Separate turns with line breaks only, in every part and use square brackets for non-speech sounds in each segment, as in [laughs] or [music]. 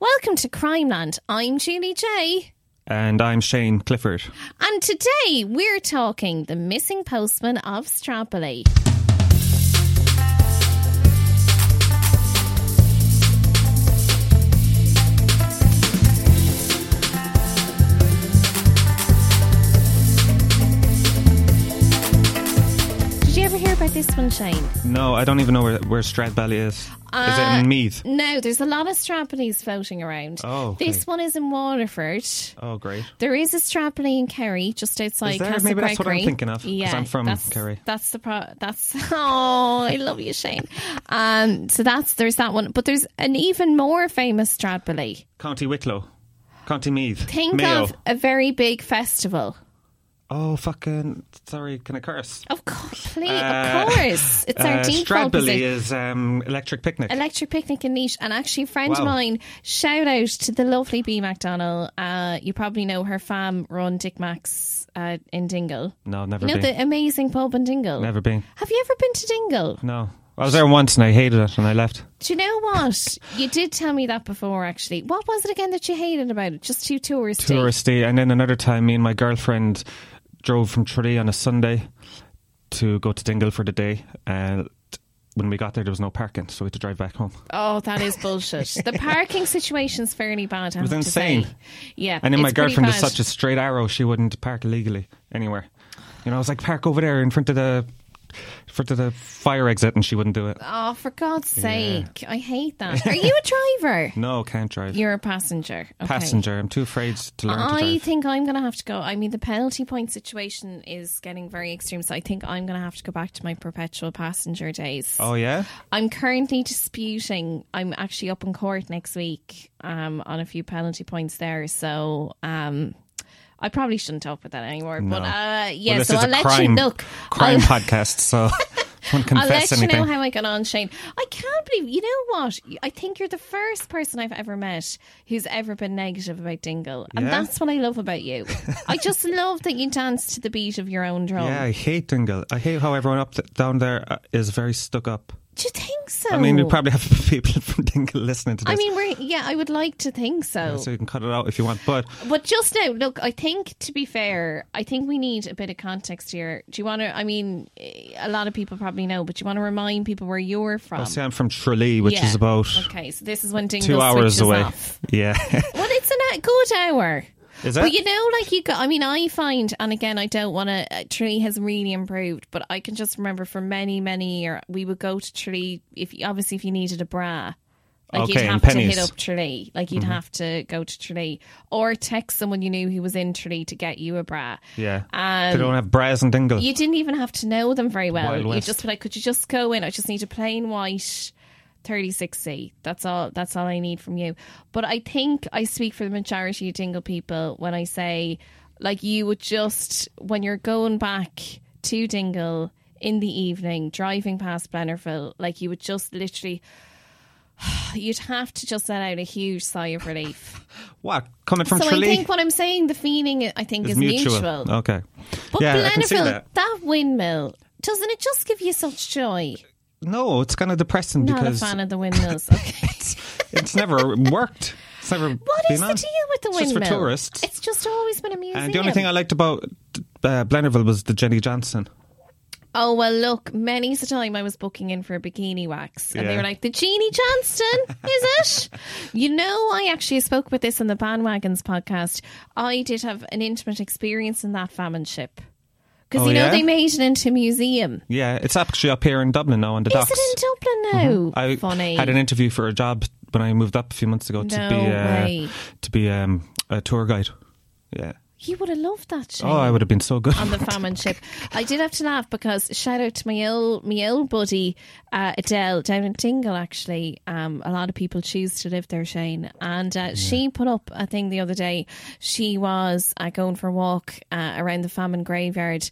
Welcome to Crimeland. I'm Julie J.
And I'm Shane Clifford.
And today we're talking the missing postman of Strapoli. Did you ever hear about this one, Shane?
No, I don't even know where, where Strathbally is. is it
Uh,
in Meath?
No, there's a lot of Strapolies floating around.
Oh, okay.
This one is in Waterford.
Oh, great.
There is a Strapley in Kerry, just outside
Is there?
Castle
Maybe that's what I'm
Gregory.
thinking of, 'cause
Yeah,
I'm from
that's,
Kerry.
That's the pro- that's [laughs] oh, I love you, Shane. Um, so that's there's that one, but there's an even more famous Strapley.
County Wicklow. County Meath.
Think
Mayo.
of a very big festival.
Oh, fucking. Sorry, can I curse?
Of course, please,
Uh,
of course, it's our
Uh,
default
Stradbally
position.
is um, Electric Picnic.
Electric picnic and niche, and actually, a friend of
Wow.
mine. Shout out to the lovely B McDonald. Uh, you probably know her fam run Dick Max uh, in Dingle.
no, I've never
You know
been.
the amazing pub in Dingle.
Never been.
Have you ever been to Dingle?
No. I was there once and I hated it and I left.
Do you know what? you did tell me that before, actually. What was it again that you hated about it? Just too touristy.
touristy. And then another time, me and my girlfriend drove from Tralee on a Sunday to go to Dingle for the day. And when we got there, there was no parking, so we had to drive back home.
Oh, that is bullshit. the parking situation's fairly bad. I have
was
to
insane.
say. Yeah,
And then my
it's pretty
girlfriend is
bad.
such a straight arrow; she wouldn't park illegally anywhere. You know, I was like, park over there in front of the in front of the fire exit, and she wouldn't do it.
Oh, for God's sake! I hate
[laughs]
that. Are you a driver?
No, can't drive.
You're a passenger. Okay.
Passenger, I'm too afraid to learn to
I
drive.
think I'm going to have to go. I mean, the penalty point situation is getting very extreme, so I think I'm going to have to go back to my perpetual passenger days.
oh yeah,
I'm currently disputing. I'm actually up in court next week um, on a few penalty points there. So um, I probably shouldn't talk about that anymore. But uh, yeah,
Well, this
so
is
I'll
a
let
crime,
you look.
crime
I'll, [laughs]
podcast, so [laughs] don't
I'll
confess
let you
anything.
know how I got on, Shane. I can't believe. You know what? I think you're the first person I've ever met who's ever been negative about Dingle, and
Yeah?
that's what I love about you. I
[laughs]
just love that you dance to the beat of your own drum.
yeah, I hate Dingle. I hate how everyone up th- down there uh, is very stuck up.
Do you think so?
I mean, we probably have [laughs] people from Dingle listening to this,
I mean, we're yeah. I would like to think so.
so you can cut it out if you want. But
But just now, look, I think to be fair, I think we need a bit of context here. Do you want to? I mean, eh, a lot of people probably know, but do you want to remind people where you're from?
I see, I'm from Tralee, which is
Yeah.
about
okay. So this is when Dingle
two hours
switches
away.
Off.
Yeah. [laughs]
Well, it's an, a good hour.
Is
But
it?
you know, like you got, I mean, I find, and again, I don't want to, Tralee has really improved, but I can just remember for many, many years, we would go to Tralee, if, obviously, if you needed a bra Like
Okay,
you'd
and
have to
pennies. Mm-hmm.
hit up Tralee. Like you'd have to go to Tralee or text someone you knew who was in Tralee to get you a bra.
Yeah.
Um,
they don't have bras and dingle.
You didn't even have to know them very well.
Wild
You
West.
just were like, could you just go in? I just need a plain white 36C. That's all. That's all I need from you. But I think I speak for the majority of dingle people when I say, like, you would just when you're going back to dingle in the evening, driving past Blennerville, like you would just literally. [sighs] You'd have to just let out a huge sigh of relief.
what? Coming from
so
Tralee?
I think what I'm saying, the feeling I think is,
is mutual.
mutual.
Okay.
But
yeah, I can see
Blennerville,
that.
windmill, doesn't it just give you such joy?
No, it's kind of depressing
Not
because
a fan of the windmills. Okay.
[laughs] it's never worked. It's never
[laughs] what
been
is the
on.
deal with the
It's just
windmill?
for tourists.
It's just always been a museum.
And the only thing I liked about uh, Blennerville was the Jenny Johnson.
oh well, look. Many's the time I was booking in for a bikini wax, and they
Yeah.
were like, "The Jeannie Johnston, is it?"
[laughs]
You know, I actually spoke about this on the Bandwagons podcast. I did have an intimate experience in that famine ship because
Oh,
you know
yeah?
they made it into a museum.
Yeah, it's actually up here in Dublin now on the docks.
Is it in Dublin now?
Mm-hmm. I
Funny.
had an interview for a job when I moved up a few months ago to
No
be uh,
way.
to be um, a tour guide. Yeah.
You would have loved that show.
Oh, I would have been so good.
on the famine ship. I did have to laugh because shout out to my old my old buddy uh, Adele down in Dingle. Actually, um, a lot of people choose to live there, Shane, and uh, she put up a thing the other day. She was uh, going for a walk uh, around the famine graveyard.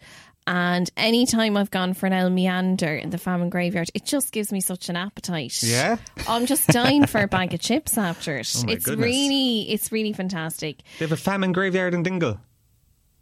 And any time I've gone for an El Meander in the famine graveyard, it just gives me such an appetite.
Yeah? Oh
I'm just dying for a bag of chips after
[laughs]
it.
my
it's
goodness.
really, it's really fantastic.
[laughs] They have a famine graveyard in Dingle.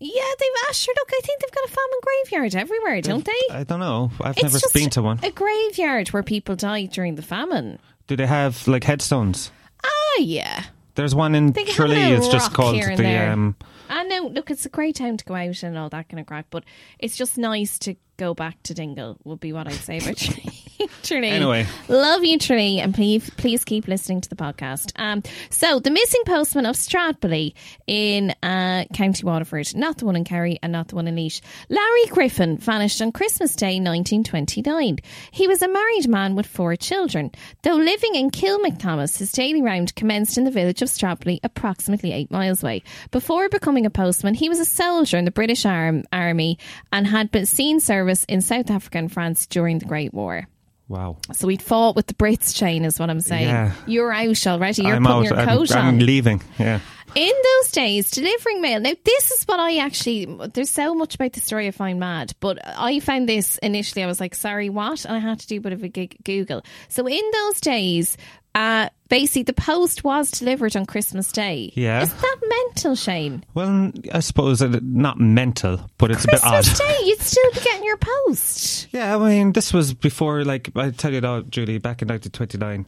Yeah, they've asked. Sure, look, I think they've got a famine graveyard everywhere, don't they?
I don't know. I've never been to one.
a graveyard where people died during the famine.
Do they have like headstones?
Ah, yeah.
There's one in
They have
Tralee.
a
It's
rock
just called
here and
the
there.
um,
I know. Look, it's a great time to go out and all that kind of crack, but it's just nice to go back to Dingle. Would be what I'd say about [laughs] Trini. Trini.
Anyway.
love you, Trini, and please please keep listening to the podcast. Um, so the missing postman of Stradbally in uh, County Waterford, not the one in Kerry and not the one in Leash. Larry Griffin vanished on Christmas Day, 1929. He was a married man with four children. Though living in Kilmacthomas, his daily round commenced in the village of Stradbally, approximately eight miles away. Before becoming a postman, he was a soldier in the British Arm- Army and had been seen service in South Africa and France during the Great War.
wow.
So he'd fought with the Brits, Shane, is what I'm saying.
Yeah.
You're out already. You're
I'm
putting
out.
your
I'm,
coat
I'm
on.
leaving. Yeah.
In those days, delivering mail. Now, this is what I actually. There's so much about the story I find mad, but I found this initially. I was like, sorry, what? And I had to do a bit of a gig- Google. So in those days, uh, basically, the post was delivered on Christmas Day.
Yeah.
Is that mental, Shane?
Well, I suppose it, not mental, but it's a bit odd.
Christmas Day, you'd still be getting your post.
Yeah, I mean, this was before, like, I tell you now, Julie, back in 1929,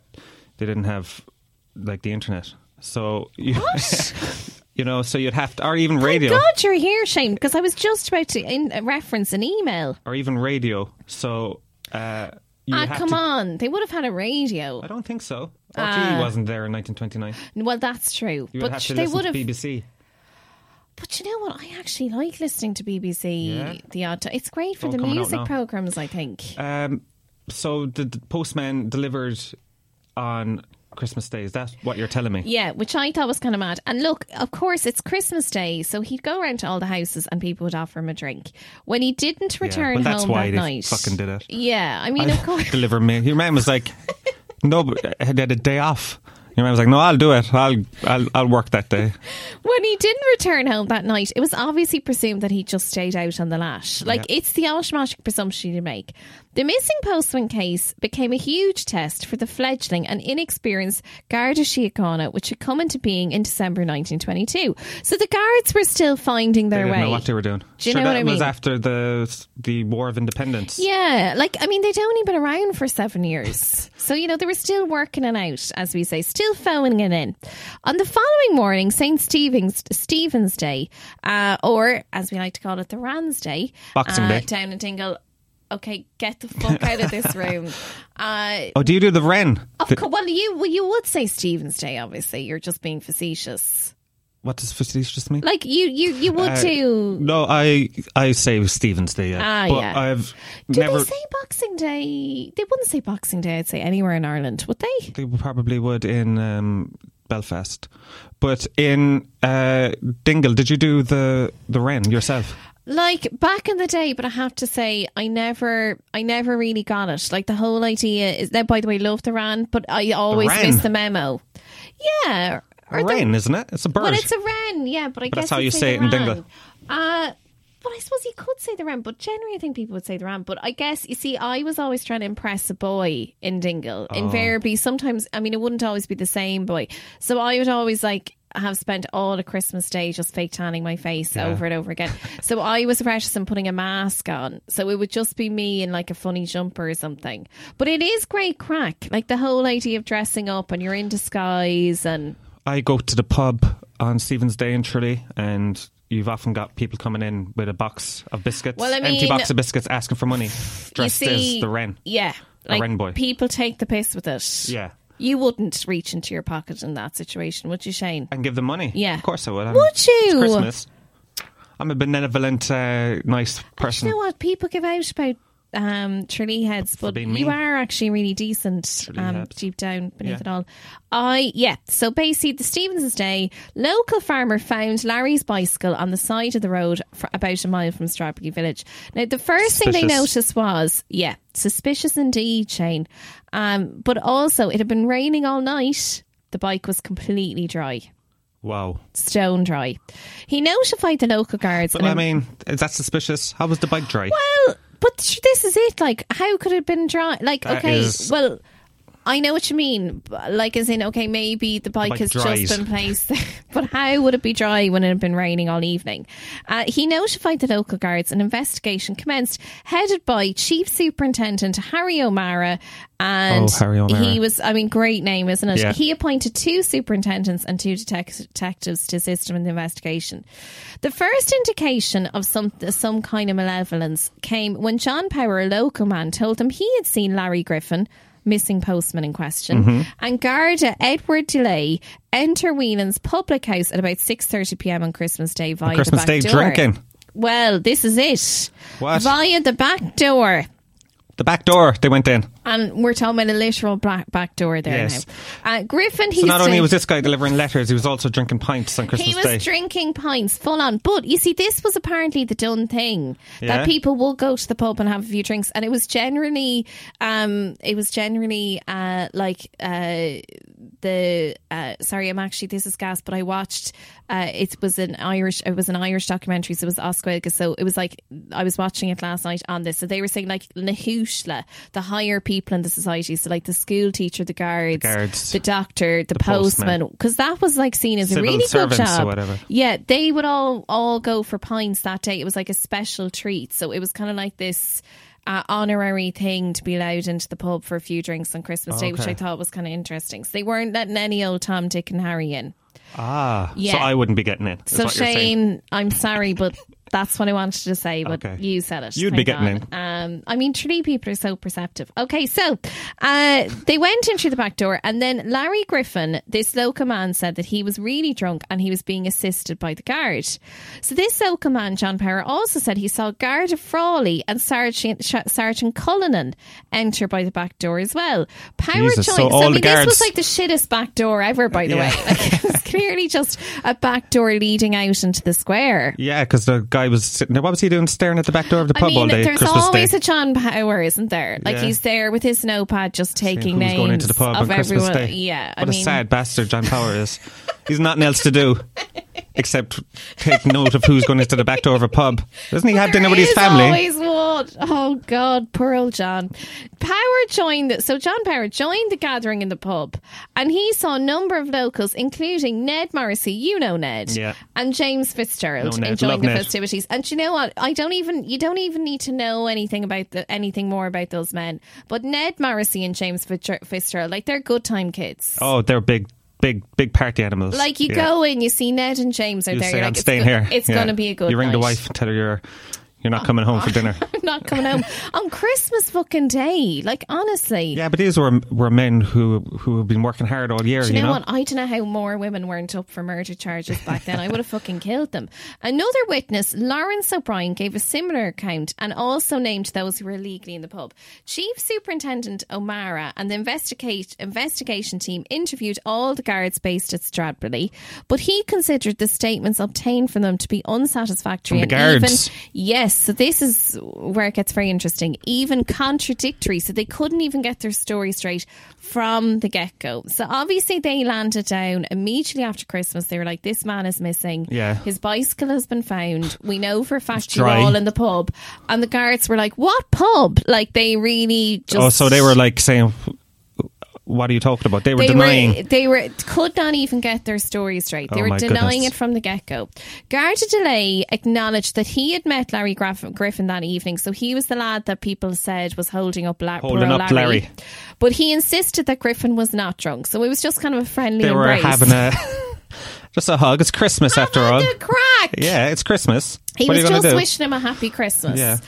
they didn't have, like, the internet. So, you, [laughs] you know, so you'd have to, or even radio,
Thank God you're here, Shane, because I was just about to in- reference an email.
or even radio. So, uh, you
Ah,
had
come
to-
on. Ah. They would have had a radio.
I don't think so. RTE wasn't there in 1929.
Well, that's true.
You would
but
have to
they
listen
would have.
to BBC.
But you know what? I actually like listening to BBC
Yeah.
the odd time. It's great for
All
the
coming out
music
now.
programs, I think.
Um, so the, the postman delivered on Christmas Day. Is that what you're telling me?
yeah, which I thought was kind of mad. And look, of course, it's Christmas Day, so he'd go around to all the houses and people would offer him a drink. When he didn't return
well, that's
home
why
that
they
night,
fucking did it.
Yeah, I
[laughs]
mean, of course.
deliver mail. Your man was like, [laughs] no, but I had a day off. Your man was like, no, I'll do it. I'll I'll, I'll work that day.
when he didn't return home that night, it was obviously presumed that he just stayed out on the lash. Like, it's the automatic presumption you make. The missing postman case became a huge test for the fledgling and inexperienced Garda Síochána, which had come into being in December 1922. So the guards were still finding
They
their
didn't
way.
know what they were doing.
Do you
sure,
know what
that
I
was
mean?
after the the War of Independence.
Yeah, like I mean, they'd only been around for seven
[laughs]
years, so you know they were still working it out, as we say, still phoning it in. On the following morning, Saint Stephen's Stephen's Day, uh, or as we like to call it, the Rans Day,
Boxing
uh,
Day.
down in Dingle. Okay, get the fuck out of this
[laughs]
room. Uh,
Oh, do you do the Wren?
of course, well, you well, you would say Stephen's Day, obviously. You're just being facetious.
What does facetious mean?
Like you, you, you would
Uh,
too.
No, I I say Stephen's Day. Yeah.
Ah,
but
yeah.
I've
Do
never.
they say Boxing Day? They wouldn't say Boxing Day. I'd say anywhere in Ireland, would they?
They probably would in um, Belfast, but in uh, Dingle, did you do the the Wren yourself?
Like back in the day, but I have to say, I never, I never really got it. Like the whole idea is now. By the way, love the Ran, but I always
Ran?
miss the memo. Yeah,
A
the-
wren, isn't it? It's a bird.
Well, it's a wren, yeah, but I
But
guess
that's how
you'd
you say it
the
in Dingle.
wren. Uh, but I suppose you could say the wren, but generally I think people would say the wren. But I guess you see, I was always trying to impress a boy in Dingle.
Oh.
Invariably, sometimes I mean it wouldn't always be the same boy, so I would always like have spent all the Christmas day just fake tanning my face over and over again. so I was precious in putting a mask on, so it would just be me in like a funny jumper or something. But it is great crack, like the whole idea of dressing up and you're in disguise and.
I go to the pub on Stephen's Day in Tralee, and you've often got people coming in with a box of biscuits,
Well, I
empty
mean-
box of biscuits, asking for money, dressed
you see,
as the wren.
Yeah.
wren boy.
People take the piss with it.
Yeah,
You wouldn't reach into your pocket in that situation, would you, Shane?
and give them money.
Yeah.
of course I would. I'm-
Would
It's
you?
Christmas. I'm a benevolent, uh, nice
You
person.
know what? People give out about um Tralee heads, but
being
you
mean.
are actually really decent um,
heads.
deep down beneath
Yeah.
it all. I yeah. So basically, the Stevens's day, local farmer found Larry's bicycle on the side of the road for about a mile from Strawberry Village. Now the first thing they
Suspicious.
noticed was yeah, suspicious indeed, Shane. Um, but also it had been raining all night. The bike was completely dry.
Wow.
stone dry. He notified the local guards.
But
and
I mean, is that suspicious? How was the bike dry?
well, but sh- this is it. Like, how could it have been dry? Like,
That
okay,
is-
well, I know what you mean. b- Like, as in, okay, maybe the bike
Like
has
dried.
just been placed [laughs] there. but how would it be dry when it had been raining all evening? Uh, he notified the local guards. An investigation commenced, headed by Chief Superintendent Harry O'Mara. And
Oh, Harry O'Mara.
he was, I mean, great name, isn't it?
Yeah.
He appointed two superintendents and two detec- detectives to assist him in the investigation. The first indication of some some kind of malevolence came when John Power, a local man, told him he had seen Larry Griffin, missing postman in question,
Mm-hmm.
and Garda Edward Delay enter Whelan's public house at about six thirty p.m. on Christmas Day via
Christmas
the back
Day
door.
drinking.
Well, this is it.
What?
Via the back door.
The back door they went in.
And we're talking about a literal black back door there
Yes.
now. Uh, Griffin, he's
So not only was this guy delivering letters, he was also drinking pints on Christmas
he was
Day.
drinking pints full on. But you see, this was apparently the done thing
Yeah.
that people will go to the pub and have a few drinks, and it was generally, um, it was generally uh, like uh, the uh, sorry, I'm actually this is gas, but I watched uh, it was an Irish it was an Irish documentary, so it was Osqueilga, so it was like I was watching it last night on this, so they were saying like Nahushla, the higher people in the society, so like the school teacher, the guards, the,
guards.
doctor, the,
postman.
postman, because that was like seen as a
Civil
really good
servants or
job.
whatever.
Yeah, they would all all go for pints that day. It was like a special treat, so it was kind of like this uh, honorary thing to be allowed into the pub for a few drinks on Christmas Day, which
Okay.
I thought was kind of interesting. So they weren't letting any old Tom, Dick, and Harry in.
ah,
Yeah.
so I wouldn't be getting in. is
So
what you're saying.
Shane, I'm sorry, but that's what I wanted to say. But
Okay.
you said it.
You'd be
Thank God.
getting
Um, I mean, Tralee people are so perceptive. Okay, so uh, they went in through the back door, and then Larry Griffin, this local man, said that he was really drunk and he was being assisted by the guard. So this local man, John Power, also said he saw Guard of Frawley and Sergeant Sh- Sergeant Cullinan enter by the back door as well. Power
Jesus, so
joined.
all
I
the
mean, this was
guards-
like the shittest back door ever, by the
Yeah.
way. Like, it was clearly just a back door leading out into the square.
Yeah, because the guy was sitting there. What was he doing? Staring at the back door of the pub
I mean,
all day.
there's
Christmas
always
Day.
a John Power, isn't there? Like
Yeah.
he's there with his notepad, just taking
Who's
names
going into the
of
pub on Christmas
everyone.
Day?
Yeah,
what
I
a
mean,
sad bastard John Power is. He's nothing else
[laughs]
to do except take note of who's going into the back door of a pub. Doesn't he have dinner with his
There is
family?
Always one. Oh God, poor old John. Power joined. So John Power joined the gathering in the pub, and he saw a number of locals, including Ned Morrissey. You know Ned,
Yeah.
and James Fitzgerald,
Know Ned.
enjoying
Love
the
Ned.
festivities. And you know what? I don't even. You don't even need to know anything about the anything more about those men. But Ned Morrissey and James Fitzger- Fitzgerald, like they're good time kids.
Oh, they're big, big, big party animals.
Like you
Yeah.
go in, you see Ned and James out
You
there.
say
you're
I'm
like,
staying
it's go-
here.
It's
Yeah.
going to be a good.
You ring the
night." Oh.
wife, and tell her you're You're not coming home
[laughs]
for dinner.
not coming home on Christmas fucking day. Like honestly,
Yeah, but these were were men who who have been working hard all year.
Do you,
you
know, what? I don't know how more women weren't up for murder charges back then. I would have fucking killed them. Another witness, Lawrence O'Brien, gave a similar account and also named those who were illegally in the pub. Chief Superintendent O'Mara and the investigate, investigation team interviewed all the guards based at Stradbally, but he considered the statements obtained from them to be unsatisfactory
From the
and
guards.
even Yes, so this is where it gets very interesting, even contradictory. So they couldn't even get their story straight from the get go. So obviously they landed down immediately after Christmas. They were like, "This man is missing.
Yeah.
his bicycle has been found. We know for a fact
It's
you're
dry.
all in the pub." And the guards were like, "What pub?" Like they really just.
oh, so they were like saying, "What are you talking about?" They were
They
denying.
were, they were could not even get their story straight. They
Oh
were
my
denying
goodness.
it from the get go. Garda Delay acknowledged that he had met Larry Graff- Griffin that evening, so he was the lad that people said was holding up, La-
Holding
bro
up Larry.
But he insisted that Griffin was not drunk, so it was just kind of a friendly
they were
embrace. [laughs]
having a [laughs] just a hug. It's Christmas after all.
Had a crack.
Yeah, it's Christmas.
He
what
was
are you gonna
just
do?
wishing him a happy Christmas.
Yeah.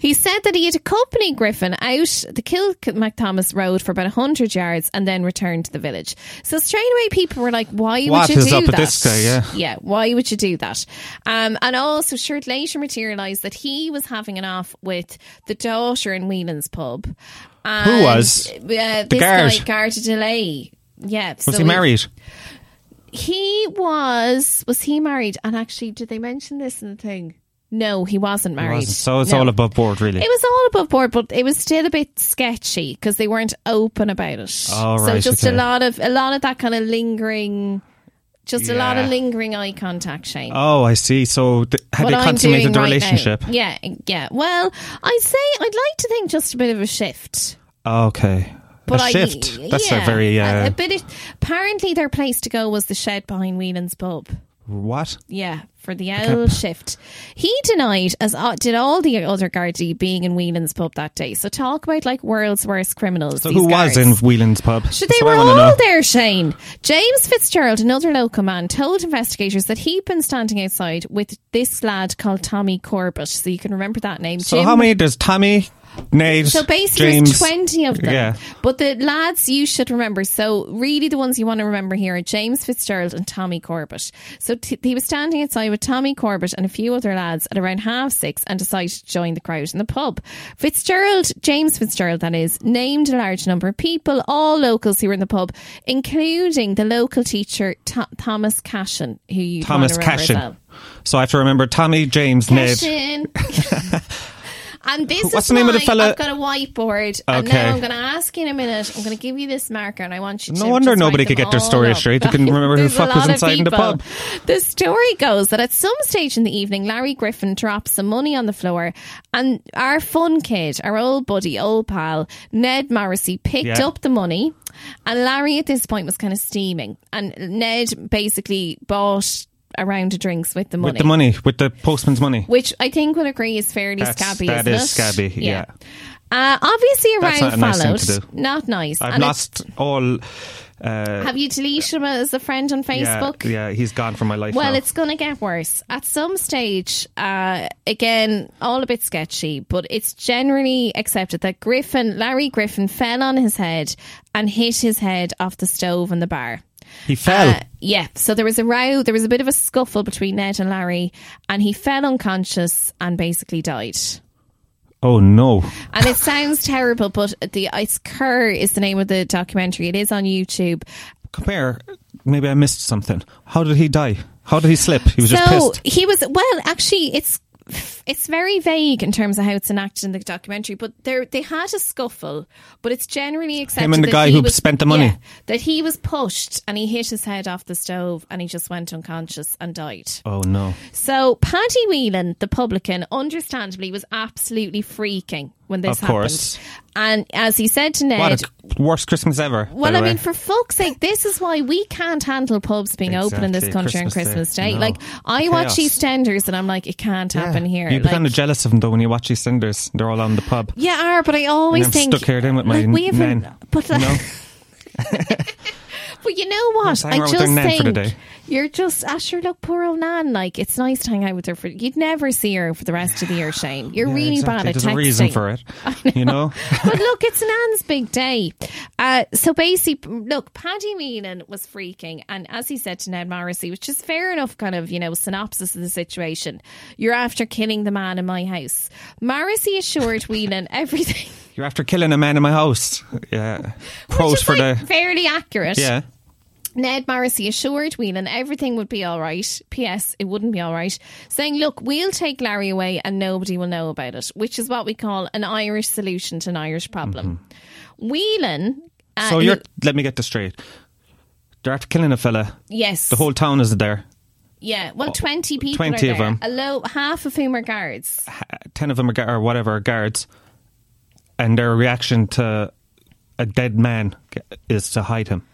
He said that he had accompanied Griffin out the Kilmacthomas Road for about 100 yards and then returned to the village. So straight away people were like, why
What
would you
is
do
up
that?
with this guy? Yeah.
yeah, why would you do that? Um, and also, Shirt later materialised that he was having an off with the daughter in Whelan's pub. And,
was?
Uh, this
guard?
guy, Garda Delay. Yeah.
Was he married?
He was. Was he married? And actually, did they mention this in the thing? No, he wasn't
He
married.
wasn't. So it's
No.
all above board, really.
It was all above board, but it was still a bit sketchy because they weren't open about it.
Oh,
so
right,
just a
okay.
lot of a lot of that kind of lingering, just a lot of
Yeah.
lingering eye contact, Shane.
oh, I see. So th- had
What
they
I'm doing
consummated the
right now.
relationship?
Yeah, yeah. Well, I'd say I'd like to think just a bit of a shift.
Okay.
But
a
I-
shift. That's a
yeah,
very
a-
uh,
a bit. Of, apparently, their place to go was the shed behind Whelan's pub.
what?
Yeah, for the owl shift. He denied, as uh, did all the other Gardaí, being in Whelan's pub that day. So talk about like world's worst criminals.
So
these
who
guards.
was in Whelan's pub?
So
That's
they
what
were
I wanna
all
know.
there, Shane. James Fitzgerald, another local man, told investigators that he'd been standing outside with this lad called Tommy Corbett. So you can remember that name.
So
Jim-
how many? There's Tommy, Nate,
so basically,
James.
there's 20 of them.
Yeah.
But the lads you should remember. So, really, the ones you want to remember here are James Fitzgerald and Tommy Corbett. So, t- he was standing outside with Tommy Corbett and a few other lads at around half six and decided to join the crowd in the pub. Fitzgerald, James Fitzgerald, that is, named a large number of people, all locals who were in the pub, including the local teacher, Tho- Thomas Cashin, who you
Thomas Cashin. So I have to remember Tommy, James, Ned.
Cashin.
[laughs]
and this
What's
is
the name of the
why
fella-
I've got a whiteboard, and
Okay.
now I'm going to ask you in a minute. I'm going to give you this marker, and I want you. to
No wonder
just write
nobody
them
could get their
all
story
up. [laughs]
straight. They couldn't remember who the
There's a
fuck was
lot of
inside in the
people.
pub.
The story goes that at some stage in the evening, Larry Griffin drops some money on the floor, and our fun kid, our old buddy, old pal Ned Morrissey, picked
Yeah.
up the money, and Larry at this point was kind of steaming, and Ned basically bought a round of drinks with the money.
With the money, with the postman's money.
Which I think would agree is fairly
That's-
scabby.
that
isn't
is
it?
scabby, yeah.
Uh, obviously, a
That's
round
not a
followed.
nice thing to
Not nice.
I've
And it's-
lost all. Uh,
Have you deleted him as a friend on Facebook?
Yeah, yeah, he's gone from my life.
Well,
now.
it's going to get worse. At some stage, uh, again, all a bit sketchy, but it's generally accepted that Griffin, Larry Griffin, fell on his head and hit his head off the stove in the bar.
he fell.
Uh, yeah. So there was a row. There was a bit of a scuffle between Ned and Larry, and he fell unconscious and basically died.
oh no!
And it sounds terrible, but the Ice Cur is the name of the documentary. It is on YouTube.
Compare. Maybe I missed something. How did he die? How did he slip? He was just
so
pissed.
he was well. Actually, it's it's very vague in terms of how it's enacted in the documentary. But there they had a scuffle, but it's generally accepted.
and the
that
guy
he
who
was-
spent the money.
yeah, that he was pushed and he hit his head off the stove and he just went unconscious and died.
Oh no!
So Paddy Whelan, the publican, understandably was absolutely freaking when this
Of course.
happened. And as he said to Ned,
What a worst Christmas ever. by
uh, well,
the
I
way.
mean, for fuck's sake, this is why we can't handle pubs being open in this
Exactly.
country on
Christmas
Christmas Day.
Day. No.
Like, I watch
Chaos.
EastEnders and I'm like, it can't happen here.
You
like,
become jealous of them though when you watch these cinders. They're all on the pub.
yeah, are, but I always
I'm
think
stuck here then with my
like, we haven't-
men.
But
you know?
like, [laughs] But you know what?
Let's hang
I
around with
just
their nan
think
for the day.
you're just ah, sure. Look, poor old Nan. Like it's nice to hang out with her for. You'd never see her for the rest of the year, Shane. You're
Yeah,
really
exactly.
bad at
There's
texting.
a reason
[laughs]
for it. You know?
but look, it's Nan's big day. Uh, so basically, look, Paddy Meehan was freaking. And as he said to Ned Morrissey, which is fair enough, kind of, you know, synopsis of the situation you're after killing the man in my house. Morrissey assured Whelan everything. [laughs]
You're after killing a man in my house. Yeah. Quote
which is,
for
like,
the.
fairly accurate.
Yeah.
Ned Morrissey assured Whelan everything would be all right. P.S. It wouldn't be all right. Saying, look, we'll take Larry away and nobody will know about it, which is what we call an Irish solution to an Irish problem. Whelan. Uh,
Mm-hmm. So
he-
you're. Let me get this straight. They're after killing a fella.
Yes.
The whole town is there.
Yeah. Well, 20 people
20
are
of
there.
them.
A low, half of whom are guards.
ten of them are gu- or whatever are guards, and their reaction to a dead man g- is to hide him.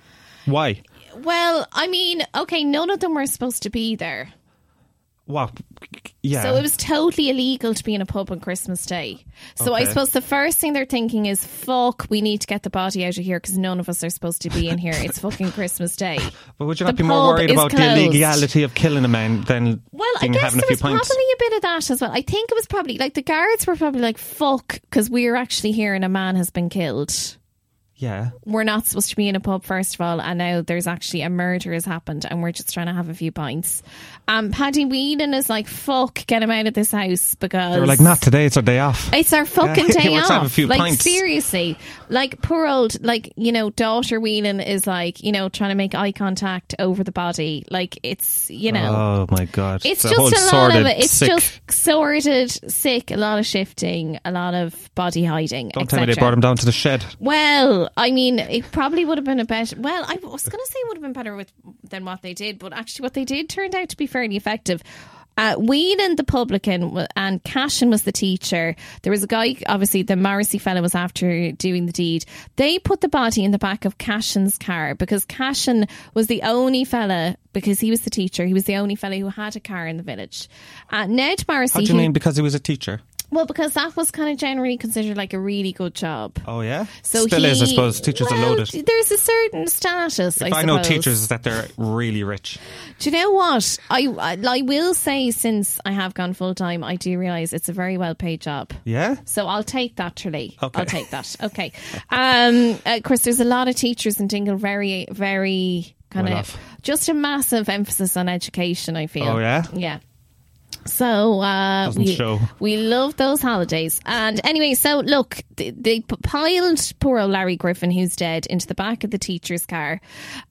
Why?
Well, I mean, okay, none of them were supposed to be there.
What? Yeah.
So it was totally illegal to be in a pub on Christmas Day. So I
Okay.
suppose the first thing they're thinking is, fuck, we need to get the body out of here because none of us are supposed to be in here.
[laughs]
It's fucking Christmas Day.
but would you
the
not be more
pub
worried
is
about
closed.
the illegality of killing a man than
Well, I
than
guess
having
there
a few
was
pints?
probably a bit of that as well. I think it was probably like the guards were probably like, fuck, because we're actually here and a man has been killed.
Yeah.
we're not supposed to be in a pub first of all and now there's actually a murder has happened and we're just trying to have a few pints um paddy whelan is like fuck get him out of this house because
They were like, not today. It's our day off.
[laughs] it's our
[laughs]
fucking
Yeah,
day
let's
off.
have a few
like
pints.
seriously, like poor old, like you know, daughter Whelan is like you know trying to make eye contact over the body. Like it's you know,
Oh my god!
it's
The
just a
whole
lot
sordid,
of it. It's
sick-
just sorted, sick, a lot of shifting, a lot of body hiding.
Don't tell me they
etc..
brought him down to the shed.
Well, I mean, it probably would have been a better. Well, I was going to say it would have been better with than what they did, but actually, what they did turned out to be fairly effective. Uh, Whelan, the publican, wa- and Cashin was the teacher. There was a guy, obviously, the Morrissey fellow was after doing the deed. They put the body in the back of Cashin's car because Cashin was the only fella, because he was the teacher, he was the only fella who had a car in the village. Uh, Ned Morrissey.
How do you
who-
mean? Because he was a teacher.
Well, because that was kind of generally considered like a really good job.
Oh yeah.
So
still
he,
is, I suppose. Teachers
well,
are loaded.
There's a certain status. I,
if I know
suppose.
teachers is that they're really rich.
Do you know what? I I I will say since I have gone full time, I do realise it's a very well paid job.
Yeah.
So I'll take that, Tralee.
Okay.
I'll take that. Okay. Um, of course, there's a lot of teachers in Dingle, very, very kind of
Well off.
just a massive emphasis on education. I feel.
Oh, yeah?
Yeah. So uh,
Doesn't
we,
show.
we love those holidays. And anyway, so look, they, they p- piled poor old Larry Griffin, who's dead, into the back of the teacher's car.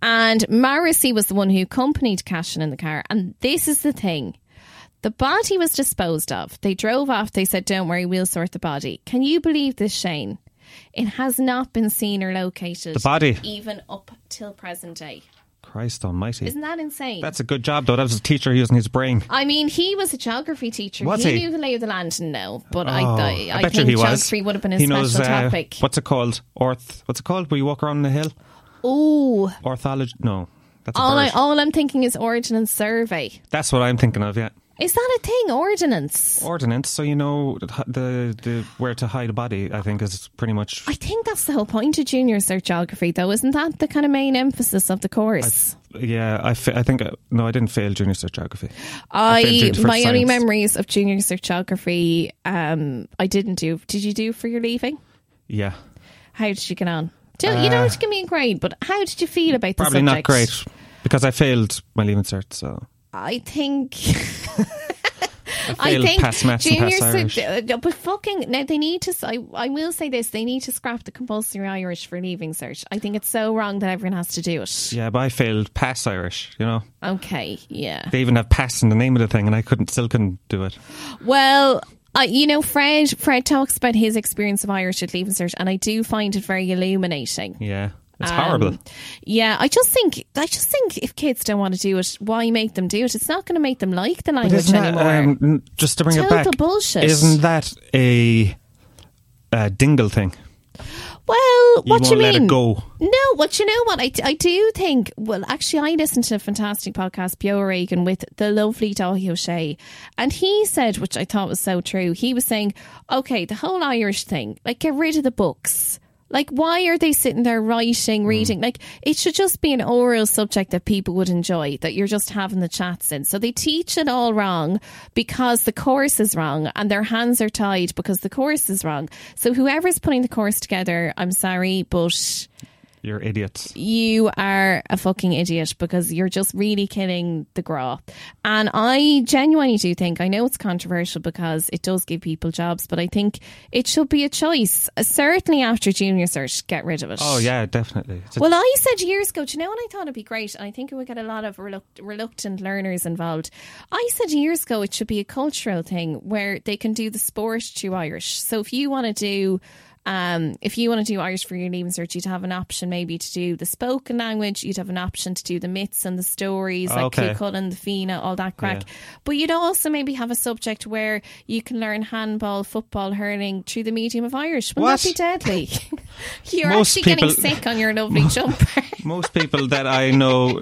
And Morrissey was the one who accompanied Cashin in the car. And this is the thing. The body was disposed of. They drove off. They said, Don't worry, we'll sort the body. Can you believe this, Shane? It has not been seen or located.
The body.
Even up till present day.
Christ Almighty.
Isn't that insane?
That's a good job though. That was a teacher using his brain.
I mean, he was a geography teacher.
Was he?
knew the lay of the land now, but I,
Oh,
I, I,
bet
think
you he was.
geography would have been his
he
special
knows, uh,
topic.
What's it called? Orth. What's it called? Where you walk around the hill?
Oh,
Orthology? No, that's a
all, I,
bird.
all I'm thinking is ordnance survey.
that's what I'm thinking of. Yeah,
Is that a thing? Ordnance.
ordinance. So you know the the, the where to hide a body. I think is pretty much.
I think that's the whole point of juniors their geography, though. Isn't that the kind of main emphasis of the course?
yeah, I, fa- I think uh, no, I didn't fail junior search geography. I
I,
failed for
my only
science.
memories of juniors their geography. Um, I didn't do. Did you do for your leaving?
Yeah,
How did you get on? Do, you don't have to give me a grade, but how did you feel about the
Uh, probably
subject?
not great because I failed my leaving cert. So
I think. I
failed
think
past maths and
junior
past Irish.
cert- but fucking now they need to. s- I, I will say this: they need to scrap the compulsory Irish for leaving cert. I think it's so wrong that everyone has to do it.
yeah, but I failed past Irish. You know,
Okay, yeah.
they even have pass in the name of the thing, and I couldn't still couldn't do it.
Well, I you know, Fred. Fred talks about his experience of Irish at leaving cert, and I do find it very illuminating.
Yeah, it's
Um,
horrible.
Yeah, I just think I just think if kids don't want to do it, why make them do it? It's not going to make them like the language
Isn't that,
anymore.
um, n- just to bring it
Total
back,
bullshit.
isn't that a, a dingle thing?
Well, what
won't
you mean?
let it go.
No, but you know what? I, I do think. Well, actually, I listened to a fantastic podcast, Bio Reagan, with the lovely Dahi O'Shea, and he said, which I thought was so true. He was saying, "Okay, the whole Irish thing, like get rid of the books." Like, why are they sitting there writing, reading? Like, it should just be an oral subject that people would enjoy, that you're just having the chats in. So they teach it all wrong because the course is wrong and their hands are tied because the course is wrong. So whoever's putting the course together, I'm sorry, but
You're idiots.
you are a fucking idiot because you're just really killing the graw. And I genuinely do think, I know it's controversial because it does give people jobs, but I think it should be a choice. Certainly after junior search, get rid of it.
Oh yeah, definitely. It's a-
Well, I said years ago, do you know what I thought would be great? And I think it would get a lot of reluct- reluctant learners involved. I said years ago it should be a cultural thing where they can do the sport to Irish. So if you want to do. Um, if you want to do Irish for your leaving search, you'd have an option maybe to do the spoken language. You'd have an option to do the myths and the stories, like
Okay.
Cú Chulainn, the Fina, all that crack.
Yeah.
But you'd also maybe have a subject where you can learn handball, football, hurling through the medium of Irish. Wouldn't that
What?
be deadly?
[laughs]
[laughs] You're
Most
actually getting
people-
sick on your
[laughs]
lovely jumper.
Most people that I know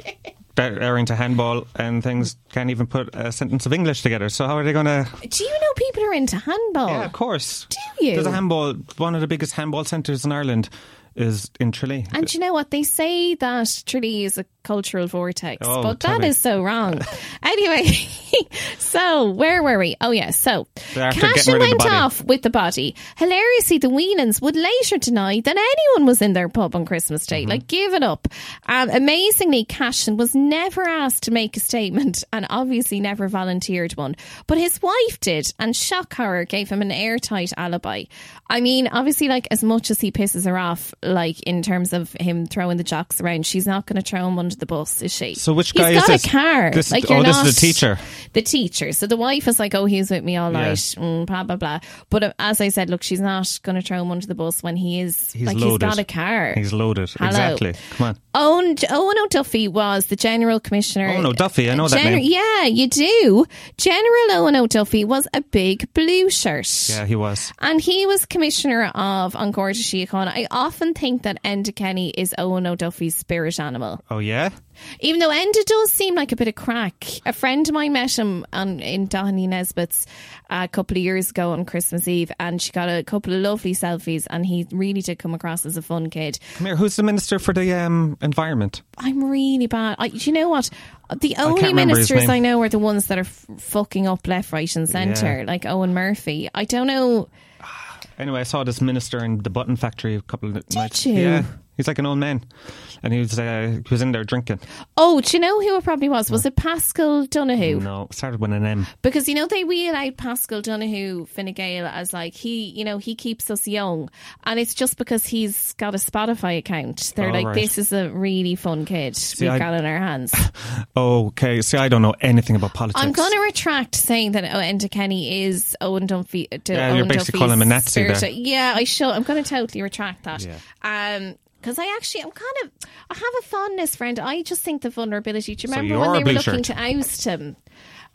that are into handball and things can't even put a sentence of English together. So how are they going to?
Do you know people are into handball?
Yeah, of course.
Do you?
There's a handball. One of the biggest handball centres in Ireland is in Tralee.
And do you know what? They say that Tralee is a cultural vortex,
Oh,
but
tell
that
me.
is so wrong.
[laughs]
anyway, so where were we? Oh, yeah. So
After
Cashin
getting rid of the
went
body.
off with the body. Hilariously, the Weenans would later deny that anyone was in their pub on Christmas Day.
Mm-hmm.
Like, give it up. Um, amazingly, Cashin was never asked to make a statement [laughs] and obviously never volunteered one. But his wife did, and shock horror gave him an airtight alibi. I mean, obviously, like, as much as he pisses her off, like, in terms of him throwing the jocks around, she's not going to throw him under the bus, is she?
So which guy
He's
is
got
this?
a car.
This is-
like, you're
oh, this
not
is the teacher.
the teacher. So the wife is like, oh, he was with me all
Yeah.
night, mm, blah, blah, blah. But uh, as I said, look, she's not going to throw him under the bus when he is,
He's
like,
loaded.
he's got a car. Oh,
He's loaded.
Hello.
Exactly. Come on.
Owen, Owen O'Duffy was the general commissioner.
Owen O'Duffy, I Oh, know that
Gener-
name.
Yeah, you do. General Owen O'Duffy was a big blue shirt.
Yeah, he was.
And he was commissioner of Angora Síochána. I often think that Enda Kenny is Owen O'Duffy's spirit animal.
Oh yeah.
Even though Enda does seem like a bit of crack, a friend of mine met him on, in Doheny Nesbitt's a couple of years ago on Christmas Eve, and she got a couple of lovely selfies, and he really did come across as a fun kid.
Come here. Who's the minister for the um, environment?
I'm really bad. I, do you know what? The only
remember his
ministers
name.
I know are the ones that are f- fucking up left, right, and centre,
Yeah.
like Owen Murphy. I don't know.
Anyway, I saw this minister in the button factory a couple of nights.
you?
Yeah, he's like an old man, and he was uh, he was in there drinking.
Oh, do you know who it probably was? Was it Pascal Donahue?
No, started with an M.
Because you know they wheel out Pascal Donahue Fine Gael as like he, you know, he keeps us young, and it's just because he's got a Spotify account. They're
Oh,
like,
right.
this is a really fun kid we've
I-
got in our
[laughs]
hands.
Okay, see, I don't know anything about politics.
I'm going to retract saying that Enda Kenny is Owen Dunphy. to
Yeah, you're
Owen
basically
Dunphy's
calling him a Nazi
spirit-
there.
Yeah, I should. I'm going to totally retract that.
Yeah.
Um, because I actually, I'm kind of, I have a fondness friend. I just think the vulnerability. Do you
So
remember
you
when
are a
they were
blue
looking
shirt.
to oust him?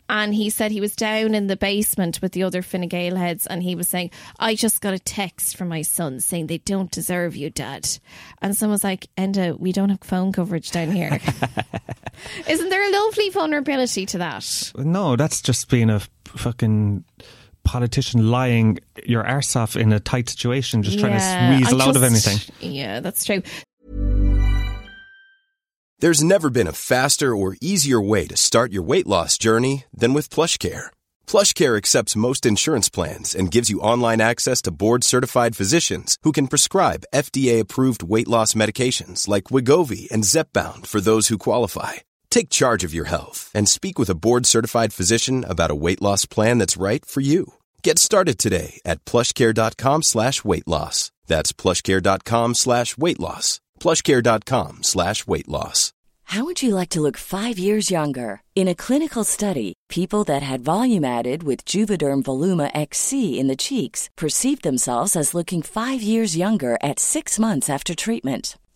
And he said he was down in the basement with the other Fine Gael heads, and he was saying, "I just got a text from my son saying they don't deserve you, Dad." And someone's like, "Enda, we don't have phone coverage down
[laughs]
here." Isn't there a lovely vulnerability to that?
No, that's just being a fucking politician lying your arse off in a tight situation, just trying to squeeze
I
out of
just-
anything.
Yeah, that's true.
There's never been a faster or easier way to start your weight loss journey than with PlushCare. PlushCare accepts most insurance plans and gives you online access to board-certified physicians who can prescribe FDA-approved weight loss medications like Wigovi and Zepbound for those who qualify. Take charge of your health and speak with a board-certified physician about a weight loss plan that's right for you. Get started today at plushcare.com slash weight loss. That's plushcare.com slash weight loss. plushcare.com slash weight loss.
How would you like to look five years younger? In a clinical study, people that had volume added with Juvederm Voluma XC in the cheeks perceived themselves as looking five years younger at six months after treatment.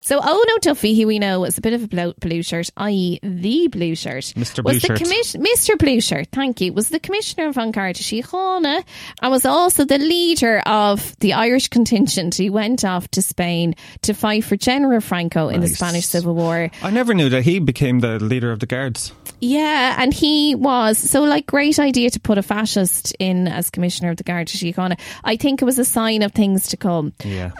So Owen O'Duffy, who we know was a bit of a blo- blue shirt, i.e., the blue shirt,
Mr.
was the
Blue Shirt.
commission Mr. Blue Shirt. Thank you. Was the commissioner of Ancara to Síochána and was also the leader of the Irish contingent who went off to Spain to fight for General Franco in the
Nice.
Spanish Civil War.
I never knew that he became the leader of the guards.
Yeah, and he was so like great idea to put a fascist in as commissioner of the Garda Síochána. I think it was a sign of things to come.
Yeah.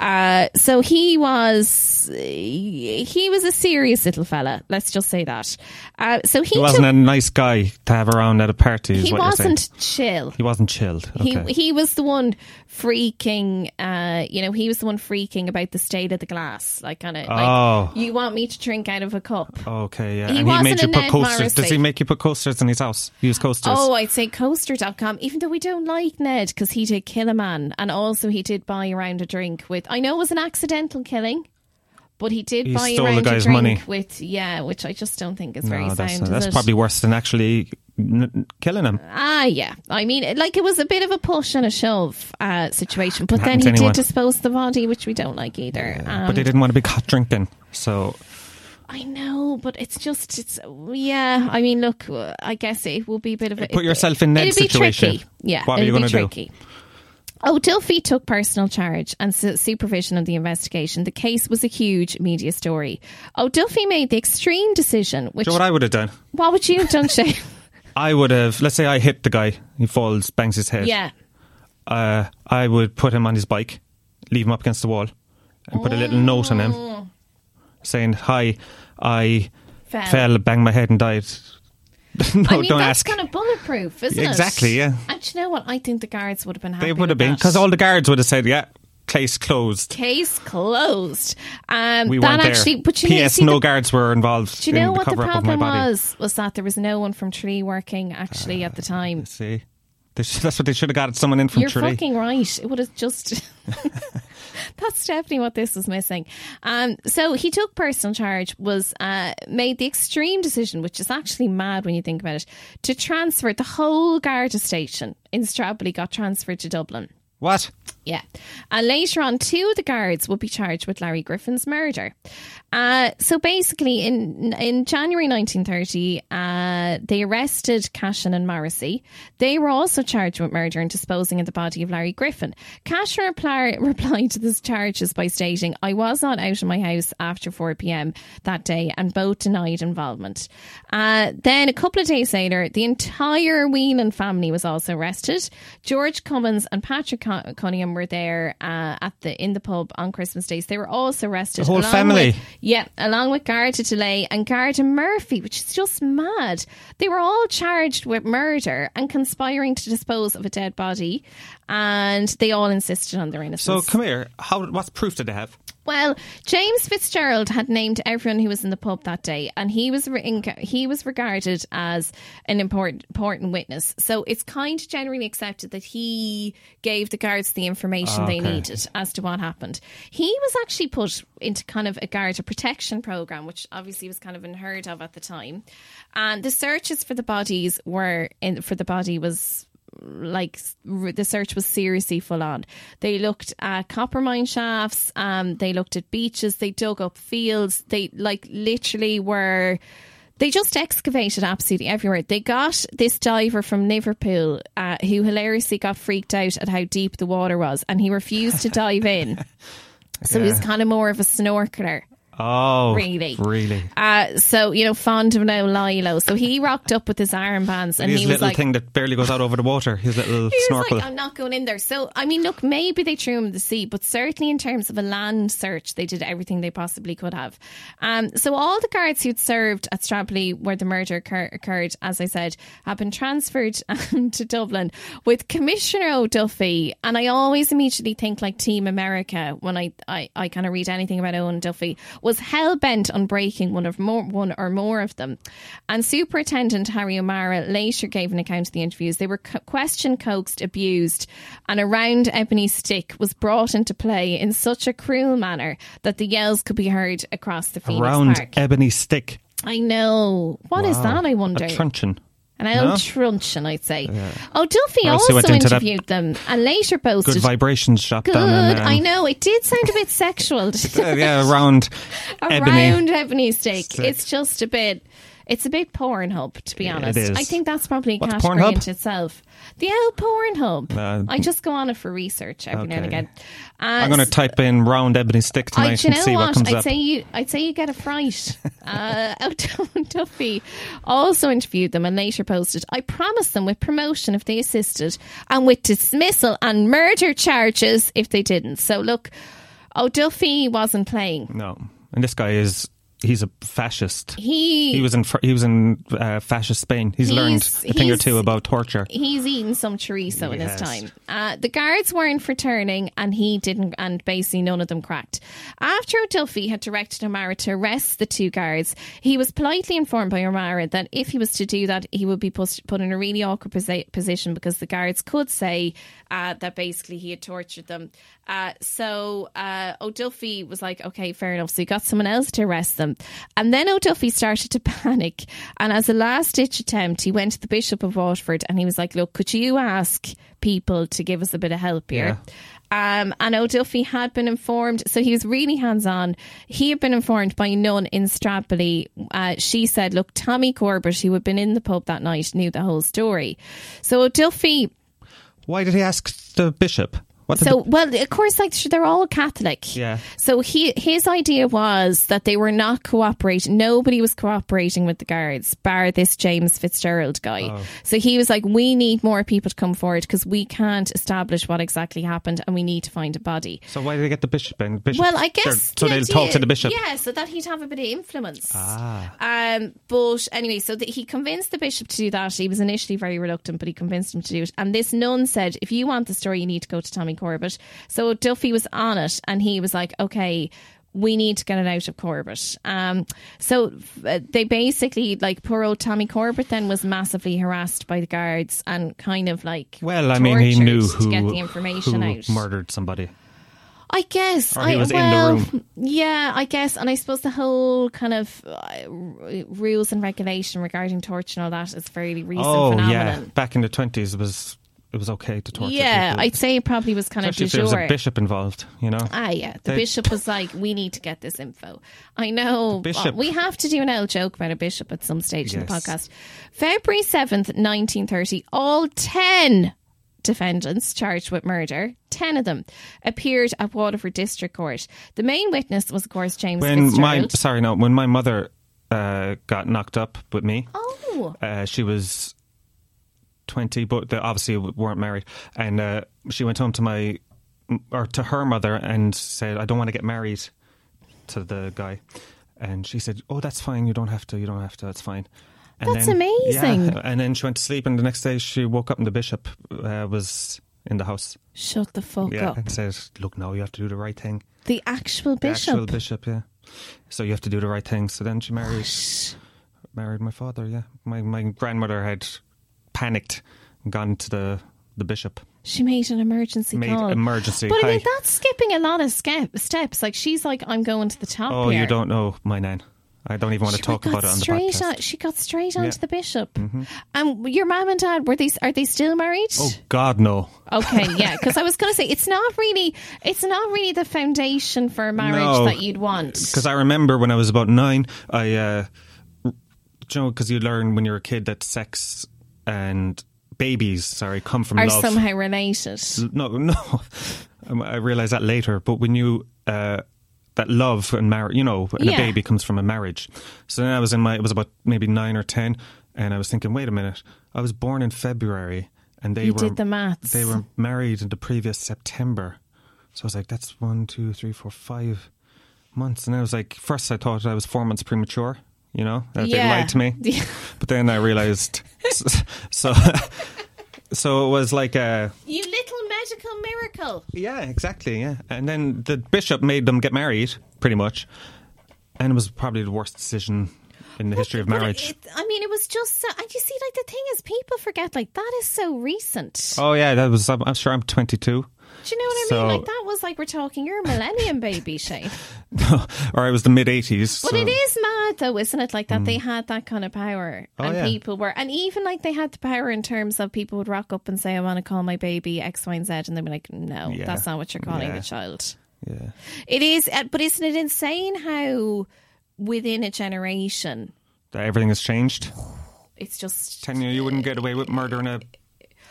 Uh, so he was he was a serious little fella. Let's just say that. Uh, so he
He wasn't
took-
a nice guy to have around at a party. Is
he
what You're
wasn't
saying.
chill.
He wasn't chilled. Okay.
He he was the one freaking. Uh, you know, he was the one freaking about the state of the glass, like kind of.
Oh.
Like, you want me to drink out of a cup?
okay. Yeah.
he
and he
wasn't
made
a
you put
Ned
coasters. Does
Morrissey.
he make you put coasters in his house? Use coasters.
Oh, I'd say coaster.com, even though we don't like Ned because he did kill a man and also he did buy a round of drink with, I know it was an accidental killing, but he did
He
buy a
stole the
round of
guy's
drink
money.
with, yeah, which I just don't think is
no,
very
that's, uh,
sound. is
that's
it?
probably worse than actually n- n- killing him.
Ah, yeah. I mean, it- like it was a bit of a push and a shove uh, situation, but then
happen to
he did
anyone.
dispose of the body, which we don't like either.
but they
And-
didn't want to be caught drinking. So
I know, but it's just it's yeah. I mean, look, uh, I guess it will be a bit of a
Put yourself in Ned's
it'll be
situation.
Tricky. Yeah,
What are you
it'll be
gonna do?
tricky. Oh, Duffy took personal charge and su- supervision of the investigation. The case was a huge media story. Oh, Duffy made the extreme decision, which
do you know what I would have done?
what would you have done,
[laughs]
Shane?
I would have. Let's say I hit the guy. He falls, bangs his head. [laughs]
yeah,
Uh, I would put him on his bike, leave him up against the wall, and put a
Oh.
little note on him saying, "Hi, I
Fell.
fell, banged my head, and died." [laughs] no,
I mean
Oh, don't
that's
ask.
kind of bulletproof, isn't it?
Exactly, yeah.
And do you know what? I think the guards would have been happy.
they would have
with
been
that.
because all the guards would have said, "Yeah, case closed."
case closed. Um,
We
that
weren't
actually,
there.
but you know,
P.S.
see
no
the-
guards were involved
Do you know
in the
what the
cover up of my
problem
body.
was? Was that there was no one from Tree working actually at the time.
See, They sh- that's what they should have got someone in from
You're
Tralee.
fucking right. It would have
[laughs]
just. That's definitely what this was missing. Um, so he took personal charge, was uh, made the extreme decision, which is actually mad when you think about it, to transfer the whole Garda station in Stradbally got transferred to Dublin.
What?
Yeah. And later on, two of the guards would be charged with Larry Griffin's murder. Uh, so basically, in in January 1930, uh, they arrested Cashin and Morrissey. They were also charged with murder and disposing of the body of Larry Griffin. Cashin reply, [laughs] replied to these charges by stating, I was not out of my house after 4 p.m. that day, and both denied involvement. Uh, then, a couple of days later, the entire Whelan family was also arrested. George Cummins and Patrick Con- Cunningham were there uh, at the in the pub on Christmas Day. So they were also arrested.
The whole
along
family?
with- yeah, along with Garda Delay and Garda Murphy, which is just mad. They were all charged with murder and conspiring to dispose of a dead body, and they all insisted on their
So
innocence.
come here. How? What proof did they have?
Well, James Fitzgerald had named everyone who was in the pub that day, and he was re- in- he was regarded as an important important witness. So it's kind of generally accepted that he gave the guards the information they
Okay.
needed as to what happened. He was actually put into kind of a guard a protection program, which obviously was kind of unheard of at the time. And the searches for the bodies were in, for the body was like r- the search was seriously full on. They looked at copper mine shafts, um, they looked at beaches, they dug up fields, they like literally were. They just excavated absolutely everywhere. They got this diver from Liverpool uh, who hilariously got freaked out at how deep the water was and he refused to dive
[laughs]
in. So he was kind of more of a snorkeler.
Oh,
Really?
Really?
Uh, so, you know, fond of now Lilo. So he rocked up with his armbands and
his
he was
little
like,
thing that barely goes out over the water. His little
[laughs] he was
snorkel.
like, I'm not going in there. So, I mean, look, maybe they threw him in the sea, but certainly in terms of a land search, they did everything they possibly could have. Um, so, all the guards who'd served at Stradbally where the murder occur- occurred, as I said, have been transferred [laughs] um, to Dublin with Commissioner O'Duffy. And uh, I always immediately think like Team America when I, I, I kind of read anything about Owen Duffy, was hell bent on breaking one of more one or more of them. And Superintendent Harry O'Mara later gave an account of the interviews. They were co- questioned, coaxed, abused, and a round ebony stick was brought into play in such a cruel manner that the yells could be heard across the Phoenix
Round
Park.
ebony stick.
I know. What is
Wow.
that? I wonder.
A truncheon.
An old
No?
truncheon, I'd say. Oh, Duffy
Or else he
also
went into that
interviewed them and later posted.
Good vibrations shop
Good.
down in. um,
I know. It did sound a bit sexual.
[laughs] uh,
[laughs]
yeah, round
a
ebony.
round ebony stick.
Stick.
It's just a bit. It's a bit Pornhub, to be
It
honest.
is.
I think that's probably a
What's
category
Pornhub?
into itself. The old Pornhub.
Uh,
I just go on it for research every now and
okay.
again. Uh,
I'm going to type in round ebony stick
I,
tonight
do you
and
know
see what,
what?
comes
I'd
up.
say you, I'd say you get a fright. Uh, [laughs] O'Donnell Duffy also interviewed them and later posted, "I promised them with promotion if they assisted, and with dismissal and murder charges if they didn't." So look, O'Duffy wasn't playing.
no, and this guy is. He's a fascist.
He
He was in fr- he was in uh, fascist Spain. He's, learned
He's-
a thing or
he's-
two about torture.
he's eaten some chorizo in his
Yes.
time. Uh, the guards weren't for turning, and he didn't, and basically none of them cracked. After O'Duffy had directed O'Mara to arrest the two guards, he was politely informed by O'Mara that if he was to do that, he would be put, put in a really awkward posi- position because the guards could say uh, that basically he had tortured them. Uh, so uh, O'Duffy was like, okay, fair enough. So he got someone else to arrest them. And then O'Duffy started to [laughs] panic. And as a last ditch attempt, he went to the Bishop of Waterford and he was like, look, could you ask people to give us a bit of help here? Um, and O'Duffy had been informed, so he was really hands on. He had been informed by a nun in Stradbally. Uh, she said, Look, Tommy Corbett, who had been in the pub that night, knew the whole story. So O'Duffy
Why did he ask the bishop? What did
so, well, of course, like they're all Catholic.
Yeah.
So he his idea was that they were not cooperating. Nobody was cooperating with the guards, bar this James Fitzgerald guy. So he was like, "We need more people to come forward because we can't establish what exactly happened, and we need to find a body."
the, so why did he get the bishop in? Bishop,
Well, I
Sure,
guess
so
the
they'll
idea-
talk to the bishop.
Yeah, so that he'd have a bit of influence. Ah. Um, but anyway, so that he convinced the bishop to do that. He was initially very reluctant, but he convinced him to do it. And this nun said, "If you want the story, you need to go to Tommy Corbett." So Duffy was on it, and he was like, "Okay." We need to get it out of Corbett. Um, so uh, they basically, like, poor old Tommy Corbett then was massively harassed by the guards and kind of like.
Well, I mean, he knew
tortured
who
to get the information
who
out.
murdered somebody.
I guess.
Or he
I,
was in the
well,
room.
Yeah, I guess. And I suppose the whole kind of uh, r- rules and regulation regarding torture and all that is a very recent
oh yeah,
phenomenon.
back in the twenties, it was it was okay to torture.
Yeah,
people.
I'd say it probably was kind
especially
of
if
du
there was
jour.
a bishop involved. You know,
Ah, yeah. The
They-
bishop was like, "We need to get this info." I know.
The bishop.
We have to do an old joke about a bishop at some stage in the
Yes.
podcast. February seventh, nineteen thirty. All ten defendants charged with murder, ten of them, appeared at Waterford District Court. The main witness was, of course, James
when my
Fitzgerald.
sorry no, when my mother uh, got knocked up with me,
oh,
uh, she was 20 but they obviously w- weren't married and uh, she went home to my or to her mother and said i don't want to get married to the guy and she said oh that's fine you don't have to you don't have to that's fine and
That's amazing.
yeah, and then she went to sleep and the next day she woke up and the bishop uh, was in the house
shut the fuck
yeah
up!
and said look no you have to do the right thing
The actual
the
bishop.
actual bishop yeah so you have to do the right thing so then she married married my father. Yeah, my my grandmother had panicked, and gone to the the bishop,
She made an emergency
made
call.
emergency.
but I mean,
Hi.
that's skipping a lot of sca- steps. Like she's like, "I'm going to the top."
oh,
here.
you don't know my nan. I don't even want
She
to talk
got
about it on the
straight
podcast.
on- she got straight on
Yeah. Mm-hmm.
to the bishop. Um, your mum and dad were these? Are they still married?
Oh God, no.
Okay,
[laughs]
yeah. Because I was going to say it's not really, it's not really the foundation for a marriage
No.
that you'd want.
Because I remember when I was about nine, I, uh, do you know, because you learn when you're a kid that sex and babies, sorry, come from
Are
love.
somehow related.
[laughs] no, no. Um, I realized that later. But when you uh, that love and marriage, you know, and
Yeah.
a baby comes from a marriage. So then I was in my. It was about maybe nine or ten, and I was thinking, wait a minute, I was born in February, and they
You
were
did the maths.
They were married in the previous September. So I was like, that's one, two, three, four, five months. And I was like, first I thought I was four months premature. You know, that
Yeah.
they lied to me.
[laughs] Yeah.
But then I realized, [laughs] so, so it was like a.
You little medical miracle.
Yeah, exactly. Yeah, and then the bishop made them get married, pretty much, and it was probably the worst decision in the history of
But
marriage.
it- I mean, it was just so. And you see, like the thing is, people forget like that is so recent.
oh yeah, that was. I'm, I'm sure I'm 22,
Do you know what I mean?
so-
Like that was like we're talking. You're a millennium baby, Shane.
[laughs] or I was the mid 80s.
But
so- Mm.
it is mad though, isn't it? Like that they had that kind of power
Oh,
and
yeah.
people were and even like they had the power in terms of people would rock up and say, I want to call my baby X, Y, and Z and they'd be like, No,
Yeah.
that's not what you're calling
Yeah.
the child.
Yeah.
It is uh, but isn't it insane how within a generation
That everything has changed.
it's just
Ten years, you wouldn't get away with murdering a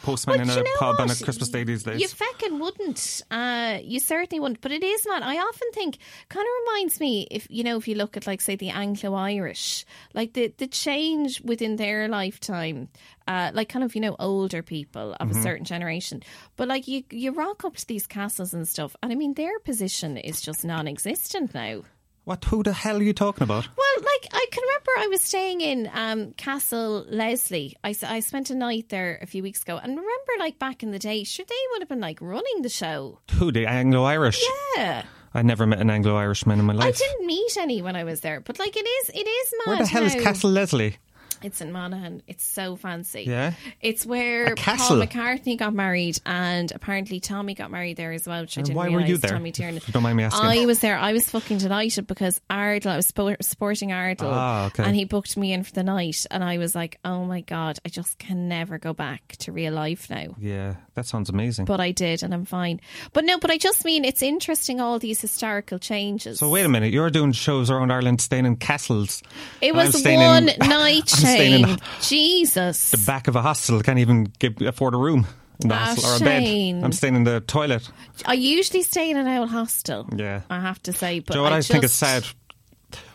postman
But
in
do
a
you know
pub on a
what?
Christmas day these days.
You feckin' wouldn't. Uh, you certainly wouldn't. But it is not. I often think kind of reminds me if you know if you look at like say the Anglo Irish, like the the change within their lifetime, uh, like kind of you know older people of
Mm-hmm.
a certain generation. But like you you rock up to these castles and stuff, and I mean their position is just non-existent now.
what? Who the hell are you talking about?
Well, like I can remember, I was staying in um, Castle Leslie. I, s- I spent a night there a few weeks ago, and remember, like back in the day, sure they would have been like running the show.
Who the Anglo-Irish?
Yeah,
I never met an Anglo-Irishman in my
I
life.
didn't meet any when I was there, but like it is, it is mad.
Where the hell is
how-
Castle Leslie?
It's in Monaghan. It's so fancy.
Yeah.
it's where
A castle.
Paul McCartney got married, and apparently Tommy got married there as well. Which I
And
didn't
why were you
realize
there,
Tommy Tiernan.
if you don't mind me asking?
I was there. I was fucking delighted because Ardle, I was spo- sporting Ardle,
Ah, okay.
and he booked me in for the night, and I was like, oh my god, I just can never go back to real life now.
Yeah, that sounds amazing.
But I did, and I'm fine. But no, but I just mean it's interesting all these historical changes.
so wait a minute, you're doing shows around Ireland, staying in castles.
It
And I'm
was
staying
one
in-
night
[laughs] I'm staying in
chain.
[laughs]
Jesus.
the back of a hostel. Can't even get, afford a room in the
Ah,
hostel or a
Shane.
bed. I'm staying in the toilet.
I usually stay in an old hostel.
Yeah.
I have to say, but
Do you know what I,
I,
think is
just-
sad?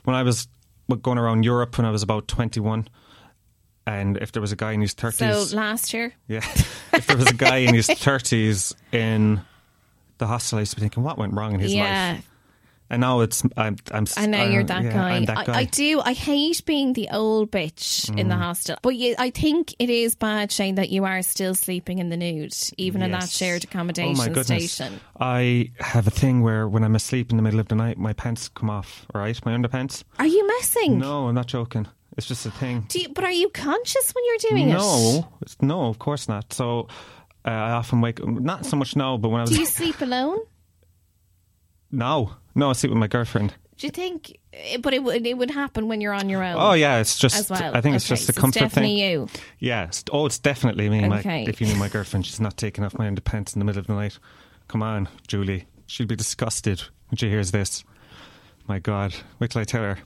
When I was going around Europe when I was about 21, and if there was a guy in his 30s.
So last year,
[laughs] Yeah. If there was a guy
[laughs]
in his 30s in the hostel, I used to be thinking, what went wrong in his
yeah,
life? And now it's, I'm, I'm s-
I know you're that,
uh, yeah,
guy.
I'm that guy. Mm.
I, I do. I hate being the old bitch in the hostel, but you, I think it is bad, Shane, that you are still sleeping in the nude, even in that
Yes.
shared
Oh my
accommodation
goodness.
station.
I have a thing where when I'm asleep in the middle of the night, my pants come off, all right? My underpants.
Are you messing?
No, I'm not joking. It's just a thing.
Do you, but are you conscious when you're doing it?
No, it's- no, of course not. So uh, I often wake not so much now, but when I
Do you
was
sleep alone?
no, no, I sleep with my girlfriend.
Do you think? eh, But it would it would happen when you're on your own.
Oh yeah, it's just
as well.
I think it's
Okay,
just a
so
comfort
it's definitely
thing.
You.
Yeah, it's, oh, it's definitely me.
Okay.
My, if you knew my girlfriend, she's not taking off my underpants in the middle of the night. Come on, Julie, she'll be disgusted when she hears this. My God, wait till I tell her.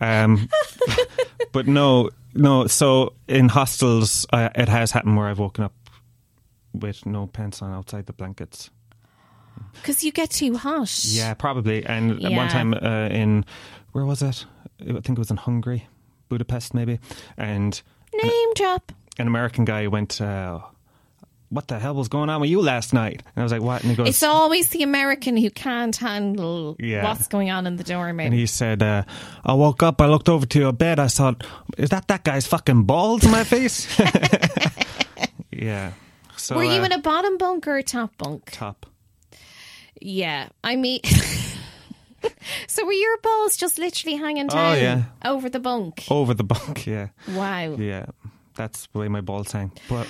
Um, [laughs] but no, no. So in hostels, uh, it has happened where I've woken up with no pants on outside the blankets.
Because you get too hot.
Yeah, probably. And at
Yeah.
one time uh, in where was it? I think it was in Hungary, Budapest maybe. And
Name drop.
an American guy went, uh, "What the hell was going on with you last night?" And I was like, "What?" And he goes,
It's always the American who can't handle
Yeah.
what's going on in the dorm room.
and he said, uh, "I woke up. I looked over to your bed. I saw, is that that guy's fucking balls in my face?"
[laughs]
yeah. So
Were you
uh,
in a bottom bunk or a top bunk?
top?
Yeah, I mean. [laughs] so were your balls just literally hanging
Oh,
down
yeah.
over the bunk?
Over the bunk. [laughs] Yeah.
Wow.
Yeah, that's the way my balls hang. But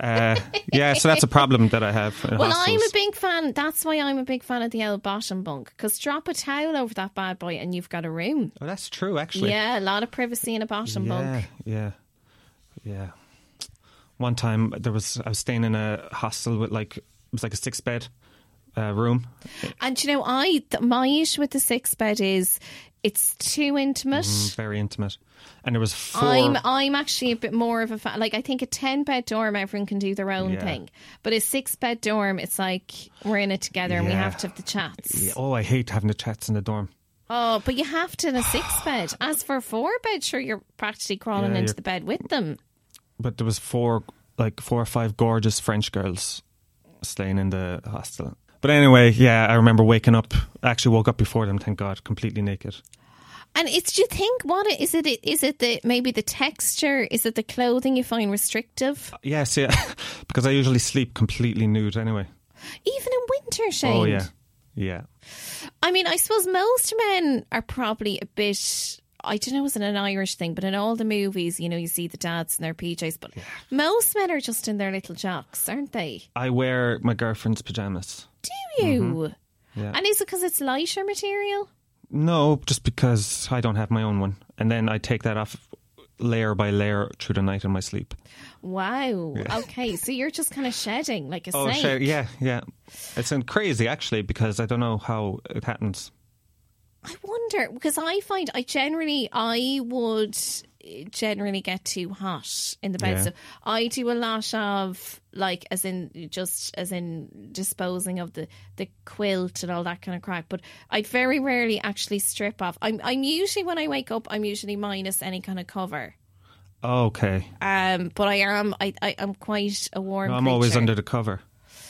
uh, yeah, so that's a problem that I have. in
Well, I'm
hostels.
a big fan. That's why I'm a big fan of the old bottom bunk. Because drop a towel over that bad boy and you've got a room.
Oh, that's true, actually.
Yeah, a lot of privacy in a bottom
yeah,
bunk.
yeah, yeah. One time there was I was staying in a hostel with like it was like a six bed uh, room.
And do you know, I th- my issue with the six bed is it's too intimate.
Very intimate, and there was 4
I'm I'm actually a bit more of a fan. Like I think a ten bed dorm, everyone can do their own
Yeah.
thing. But a six bed dorm, it's like we're in it together and we
Yeah.
have to have the chats.
Yeah, oh, I hate having the chats in the dorm.
Oh, but you have to in a
[sighs]
six bed. As for a four bed, sure you're practically crawling
Yeah,
into
you're-
the bed with them.
But there was four, like four or five gorgeous French girls staying in the hostel. But anyway, yeah, I remember waking up. I actually woke up before them. Thank God, completely naked.
And it's do you think what it is it is it the maybe the texture? Is it the clothing you find restrictive?
Yes, [laughs] yeah, because I usually sleep completely nude anyway.
Even in winter, Shane.
Oh yeah, Yeah.
I mean, I suppose most men are probably a bit. I don't know, is it an Irish thing? But in all the movies, you know, you see the dads in their PJs, but most men are just in their little jocks, aren't they?
I wear my girlfriend's pajamas.
Do you?
Mm-hmm. Yeah.
And is it because it's lighter material?
No, just because I don't have my own one. And then I take that off layer by layer through the night in my sleep.
Wow. Okay, so you're just kind of shedding like a snake.
shit, Oh, yeah, yeah. It's um, crazy actually because I don't know how it happens.
I wonder because I find I generally I would eh, generally get too hot in the bed.
Yeah.
So I do a lot of like as in just as in disposing of the the quilt and all that kind of crap. But I very rarely actually strip off. I'm I'm usually when I wake up I'm usually minus any kind of cover.
Okay.
Um, but I am I, I I'm quite a warm.
I'm always
creature.
under the cover,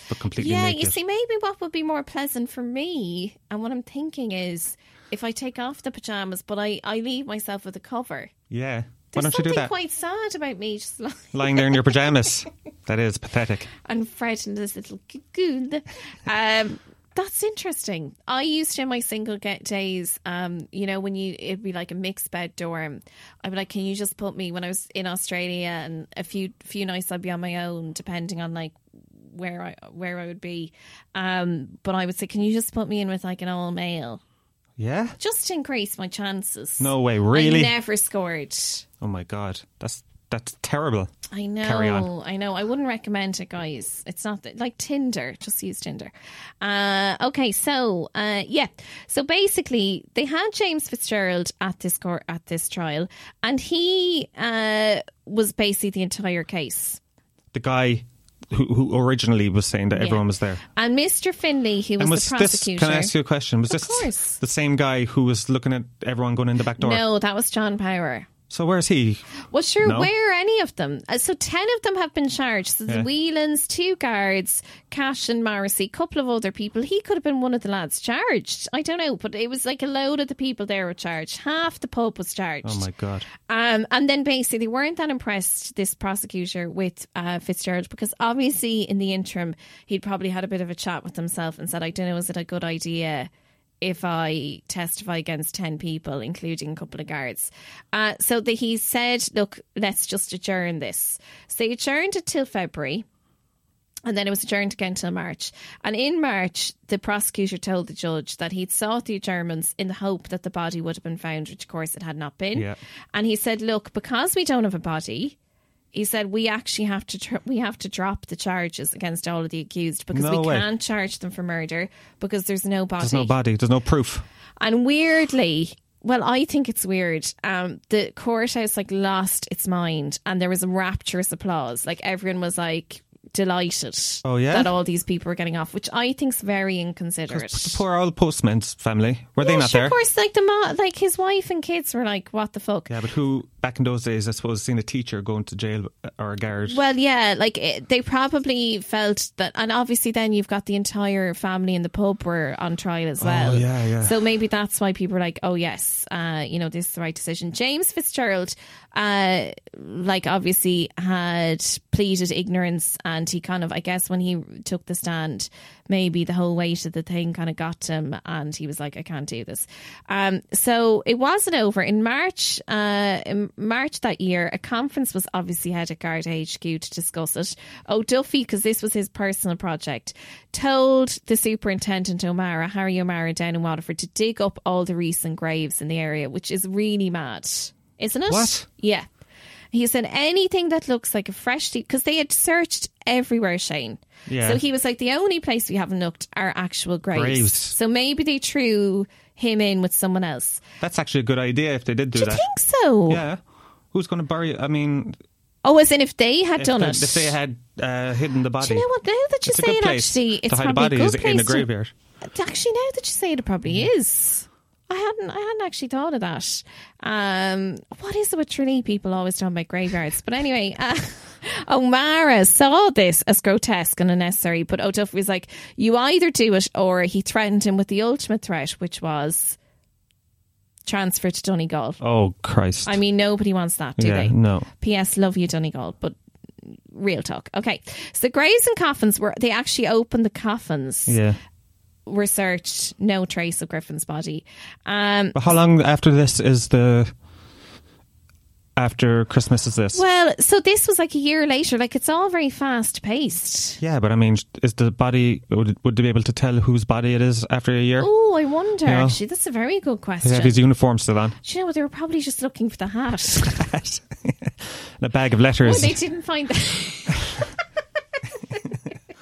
but completely
Yeah,
naked.
you see, maybe what would be more pleasant for me, and what I'm thinking is, if I take off the pajamas, but I, I leave myself with a cover.
yeah.
There's
Why don't you
something
do that?
quite sad about me just [laughs] lying
[laughs] Lying there in your pajamas. that is pathetic.
and frightened this little cocoon. Um, that's interesting. I used to in my single get days, um, you know, when you it'd be like a mixed bed dorm. I'd be like, can you just put me when I was in Australia and a few few nights I'd be on my own, depending on like where I where I would be. Um, but I would say, can you just put me in with like an all male,
Yeah.
just to increase my chances?
No way.
I
Really?
never scored.
oh my god. That's that's terrible.
I know.
Carry on.
I know. I wouldn't recommend it, guys. It's not that, like Tinder. Just use Tinder. Uh, okay, so uh, yeah, so basically, they had James Fitzgerald at this court at this trial, and he uh, was basically the entire case.
The guy who, who originally was saying that everyone was there.
And Mr. Finley, who was,
and was
the
this?
prosecutor,
Can I ask you a question? Was this
course.
the same guy who was looking at everyone going in the back door?
no, that was John Power.
So where's he?
Well, sure,
No?
where any of them? Uh, so ten of them have been charged. So the
Yeah.
Whelans, two guards, Cash and Morrissey, couple of other people. He could have been one of the lads charged. I don't know, but it was like a load of the people there were charged. Half the pub was charged.
Oh my god.
Um, and then basically they weren't that impressed this prosecutor with uh, Fitzgerald because obviously in the interim he'd probably had a bit of a chat with himself and said, "I don't know, is it a good idea if I testify against ten people, including a couple of guards?" Uh, so that he said, "Look, let's just adjourn this." So they adjourned it till February. And then it was adjourned again till March. And in March, the prosecutor told the judge that he'd sought the adjournments in the hope that the body would have been found, which of course it had not been.
Yeah.
And he said, "Look, because we don't have a body." He said, "We actually have to tr- we have to drop the charges against all of the accused because
No
we
way.
can't charge them for murder because there's no body."
There's no body. There's no proof.
And weirdly, well, I think it's weird. Um, the courthouse like lost its mind, and there was rapturous applause. Like everyone was like delighted.
Oh, yeah?
that all these people were getting off, which I think's very inconsiderate.
The poor old postman's family. Were they
Yeah,
not
sure,
there?
Of course, like the ma- like his wife and kids were like, "What the fuck."
Yeah, but who back in those days, I suppose, seen a teacher going to jail or a guard?
Well, yeah, like it, they probably felt that, and obviously then you've got the entire family in the pub were on trial as well.
Oh, yeah, yeah.
So maybe that's why people are like, oh yes, uh, you know, this is the right decision. James Fitzgerald, uh, like obviously had pleaded ignorance, and he kind of, I guess, when he took the stand, maybe the whole weight of the thing kind of got to him, and he was like, I can't do this. Um, so it wasn't over in March. Uh, in March that year, a conference was obviously had at Guard HQ to discuss it. O'Duffy, because this was his personal project, told the superintendent O'Mara, Harry O'Mara down in Waterford, to dig up all the recent graves in the area, which is really mad, isn't it?
What?
Yeah. He said anything that looks like a freshly because they had searched everywhere, Shane.
Yeah.
So he was like, the only place we haven't looked are actual graves.
Graves.
So maybe they threw him in with someone else.
That's actually a good idea if they did do,
Do you
that.
think so?
Yeah. Who's going to bury? I mean,
Oh, as in if they had
if,
done
the-
it.
if they had uh, hidden the body.
Do you know what? Now that you
It's a
say
good
it,
place
actually,
to
it's
hide a
probably
body
a good
is
place
in a Mm-hmm.
to-
graveyard.
actually, now that you say it, it probably is. I hadn't, I hadn't actually thought of that. Um, what is it with Trinity people always talking about graveyards? But anyway, [laughs] uh, O'Mara saw this as grotesque and unnecessary. But O'Duffy was like, "You either do it," or he threatened him with the ultimate threat, which was transfer to Donegal.
Oh Christ!
I mean, nobody wants that, do
yeah,
they?
no.
P.S. Love you, Donegal, but real talk. Okay, so the graves and coffins were they actually opened the coffins
Yeah.
were searched, no trace of Griffin's body. Um,
But how long after this is the after Christmas is this?
well, so this was like a year later. Like it's all very fast paced.
Yeah, but I mean, is the body would would they be able to tell whose body it is after a year?
Oh, I wonder.
Yeah.
Actually, that's a very good
They
question.
have his uniform still on
Do you know what? They were probably just looking for the hat.
and a bag of
oh,
letters.
they didn't find that.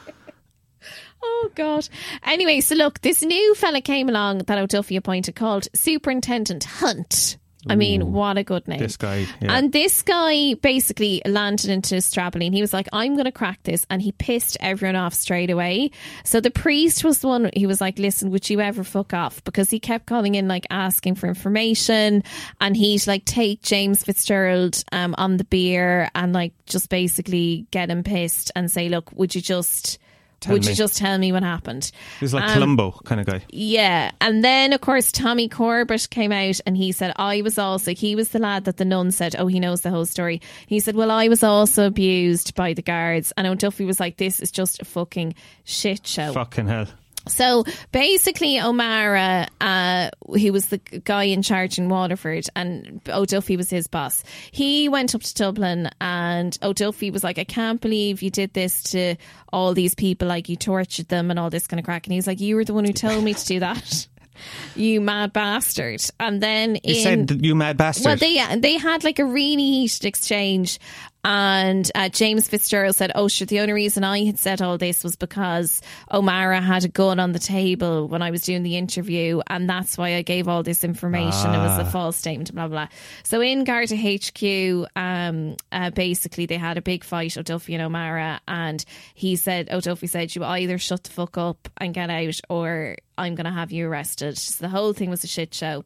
[laughs]
oh, God. Anyway, so look, this new fella came along that O'Duffy appointed called Superintendent Hunt. I mean, what a good name.
This guy, yeah.
And this guy basically landed into Strabbling. He was like, I'm going to crack this. And he pissed everyone off straight away. So the priest was the one, he was like, Listen, would you ever fuck off? Because he kept calling in, like, asking for information. And he'd, like, take James Fitzgerald um, on the beer and, like, just basically get him pissed and say, Look, would you just. would you
me."
just tell me what happened?
He's
um,
like Columbo kind of guy.
Yeah. And then, of course, Tommy Corbett came out and he said, I was also, he was the lad that the nun said, oh, he knows the whole story. He said, well, I was also abused by the guards. And O'Duffy was like, this is just a fucking shit show.
Fucking hell.
So basically, O'Mara, uh, who was the guy in charge in Waterford, and O'Duffy was his boss. He went up to Dublin, and O'Duffy was like, "I can't believe you did this to all these people. Like you tortured them and all this kind of crack." And he's like, "You were the one who told me to do that, [laughs] you mad bastard." And then
He
in
said, "You mad bastard."
well, they yeah, they had like a really heated exchange, and uh, James Fitzgerald said, "Oh, sure. The only reason I had said all this was because O'Mara had a gun on the table when I was doing the interview, and that's why I gave all this information. It was a false statement. Blah blah." blah. So in Garda HQ, um, uh, basically they had a big fight, O'Duffy and O'Mara, and he said, O'Duffy said, "You either shut the fuck up and get out, or." I'm going to have you arrested. So the whole thing was a shit show.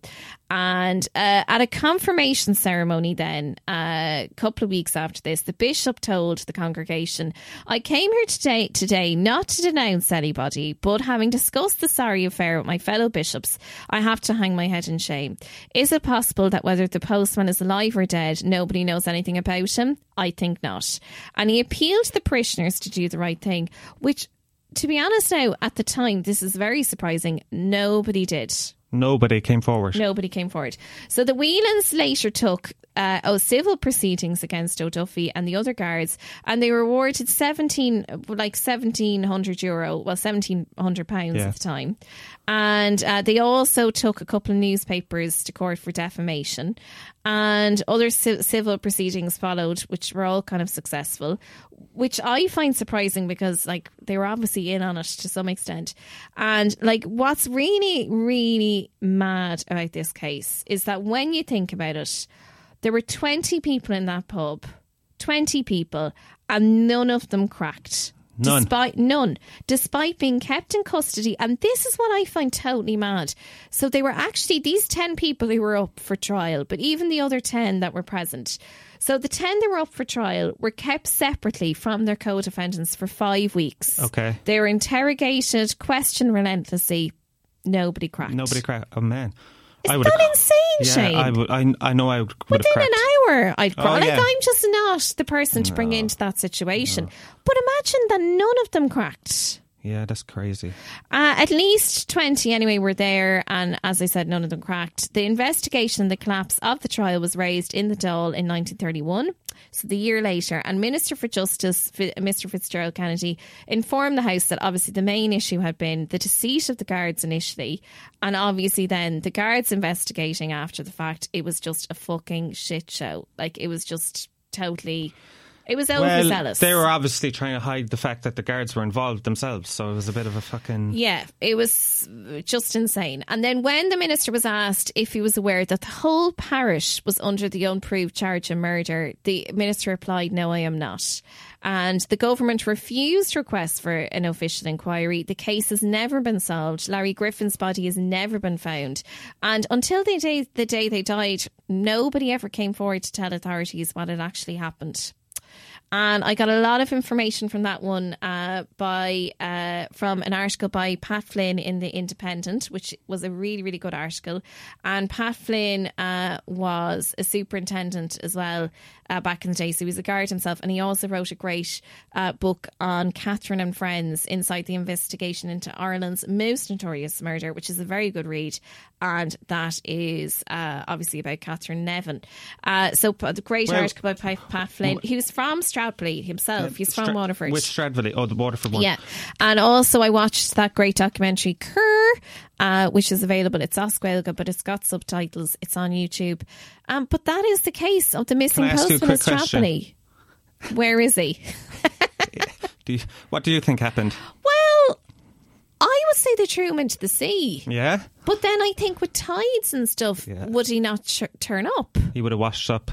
And uh, at a confirmation ceremony, then, uh, a couple of weeks after this, the bishop told the congregation, I came here today, today not to denounce anybody, but having discussed the sorry affair with my fellow bishops, I have to hang my head in shame. Is it possible that whether the postman is alive or dead, nobody knows anything about him? I think not. And he appealed to the parishioners to do the right thing, which to be honest now, at the time, this is very surprising. Nobody did.
Nobody came forward.
Nobody came forward. So the Whelans later took uh, oh, civil proceedings against O'Duffy and the other guards, and they were awarded 17, like 1700 euro, well, 1700 pounds
Yeah.
at the time. And uh, they also took a couple of newspapers to court for defamation. And other ci- civil proceedings followed, which were all kind of successful, which I find surprising because, like, they were obviously in on it to some extent. And, like, what's really, really mad about this case is that when you think about it, there were 20 people in that pub, 20 people, and none of them cracked.
None.
Despite none, despite being kept in custody, and this is what I find totally mad. So they were actually these ten people who were up for trial, but even the other ten that were present. So the ten that were up for trial were kept separately from their co-defendants for five weeks.
Okay.
they were interrogated, questioned relentlessly. Nobody cracked.
Nobody cracked. Oh man,
Is
I would.
that insane,
Yeah,
Shane?
I would. I, I know I would. would have
Within
cracked.
an hour, I'd cry.
Oh,
like
yeah.
I'm just not the person to bring into that situation. But imagine that none of them cracked.
Yeah, that's crazy.
Uh, at least 20 anyway were there, and as I said, none of them cracked. The investigation of the collapse of the trial was raised in the Dáil in 1931, so the year later, and Minister for Justice, Fi- Mr Fitzgerald Kennedy, informed the House that obviously the main issue had been the deceit of the guards initially, and obviously then the guards investigating after the fact, it was just a fucking shit show. Like, it was just totally... It was overzealous.
they were obviously trying to hide the fact that the guards were involved themselves, so it was a bit of a fucking.
Yeah, it was just insane. And then when the minister was asked if he was aware that the whole parish was under the unproved charge of murder, the minister replied, No, I am not. And the government refused requests for an official inquiry. The case has never been solved. Larry Griffin's body has never been found. And until the day, the day they died, nobody ever came forward to tell authorities what had actually happened. and I got a lot of information from that one uh, by uh, from an article by Pat Flynn in the Independent, which was a really really good article. And Pat Flynn uh, was a superintendent as well uh, back in the day, so he was a guard himself, and he also wrote a great uh, book on Catherine and Friends: Inside the Investigation into Ireland's Most Notorious Murder, which is a very good read, and that is uh, obviously about Catherine Nevin. Uh, so p- the great
Well-
article by Pat Pat Flynn. He was from Stradbally himself. He's from
Stra-
Waterford.
Which Stradville? Oh, the Waterford one.
yeah, and also I watched that great documentary Cur, uh, which is available. It's Osqueilga, but it's got subtitles. It's on YouTube. Um, but that is the case of the missing
Can I ask you a
postman of
quick question?
Stradbally. Where is he?
Do you, what do you think happened?
Well, I would say they threw him into the sea,
Yeah,
but then I think with tides and stuff,
Yeah.
would he not ch- turn up?
he would have washed up.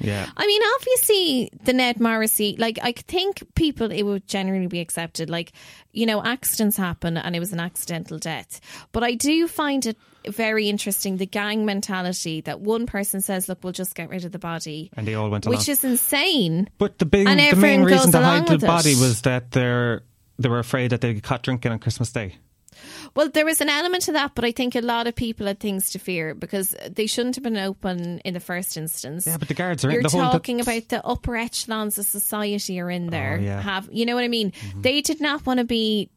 Yeah.
I mean, obviously, the Ned Morrissey, like, I think people, it would generally be accepted. Like, you know, accidents happen and it was an accidental death. But I do find it very interesting the gang mentality that one person says, look, we'll just get rid of the body,
And they all went along.
which is insane.
But the big,
And
the
everyone
main reason
goes
to
along
hide the
with it.
body was that they're they were afraid that they'd get caught drinking on Christmas Day.
Well, there was an element to that, but I think a lot of people had things to fear because they shouldn't have been open in the first instance.
Yeah, but the guards are
You're
in the whole. Oh,
talking about the upper echelons of society are in there.
yeah. Mm-hmm.
Have you know what I mean? They did not want to be.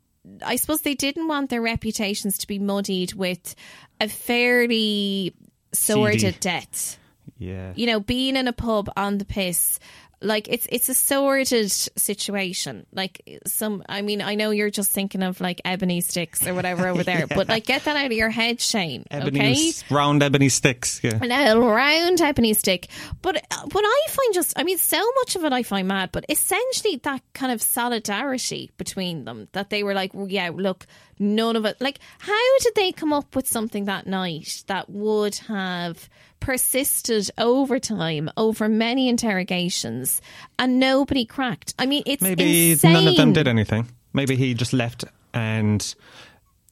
I suppose they didn't want their reputations to be muddied with a fairly sordid debt.
yeah.
You know, being in a pub on the piss. Like it's it's a sordid situation. Like some, I mean, I know you're just thinking of like ebony sticks or whatever over
[laughs]
there, but like get that out of your head, Shane.
Ebony
okay,
s- round ebony sticks. Yeah.
an L round ebony stick. But uh, what I find just, I mean, so much of it I find mad, but essentially that kind of solidarity between them that they were like, well, yeah, look, none of it. Like, how did they come up with something that night that would have persisted over time, over many interrogations, and nobody cracked? I mean, it's
Maybe
insane.
none of them did anything. Maybe he just left and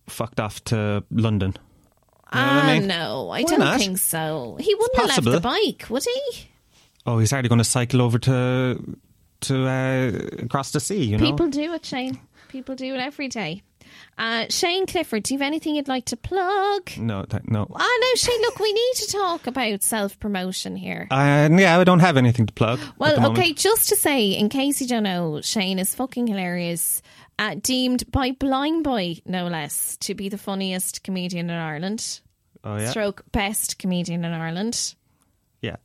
fucked off to London. You know what
Ah,
I mean?
no, I
Why
don't
not?
think so. He wouldn't have left
possible.
the bike, would he?
Oh, he's already going to cycle over to to uh, across the sea. You know.
People do it, Shane. People do it every day. Uh, Shane Clifford, do you have anything you'd like to plug?
No, th- no.
Ah, no, Shane, look, we need to talk about self promotion here.
Uh, yeah, I don't have anything to plug. at the
Well,
moment.
okay, just to say, in case you don't know, Shane is fucking hilarious. Uh, deemed by Blind Boy, no less, to be the funniest comedian in Ireland.
Oh yeah.
Stroke best comedian in Ireland.
Yeah.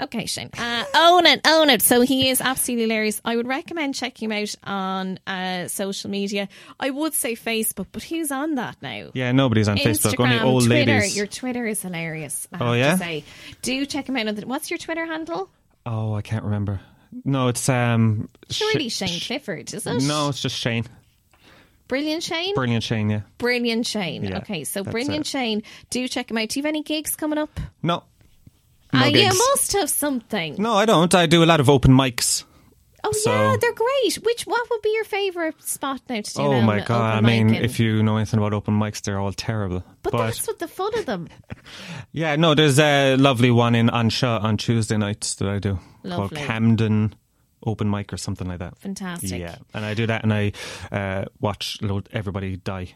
Okay, Shane. Uh, own it, own it. So he is absolutely hilarious. I would recommend checking him out on uh, social media. I would say Facebook, but who's on that now?
Yeah. Nobody's on Facebook. Only old
Twitter.
ladies.
Your Twitter is hilarious. I have
Oh,
to
yeah?
say. Do check him out. On the, what's your Twitter handle?
Oh, I can't remember. No, it's um.
Surely
Sh-
Shane
Sh-
Clifford, is it?
No, it's just Shane.
Brilliant Shane?
Brilliant Shane. Yeah.
Brilliant Shane.
Yeah,
okay, so
that's
Brilliant
it.
Shane. Do check him out. Do you have any gigs coming up?
No. No
uh, you
gigs.
must have something.
No, I don't. I do a lot of open mics.
Oh
So-
yeah, they're great. Which what would be your favourite spot now to do?
oh
an
my
open
god! I
mic
mean,
in?
if you know anything about open mics, they're all terrible.
But, that's what the fun of them.
yeah, no, there's a lovely one in Anshaw on Tuesday nights that I do called
Lovely.
Camden Open Mic or something like that.
Fantastic.
Yeah, and I do that, and I uh, watch load everybody die.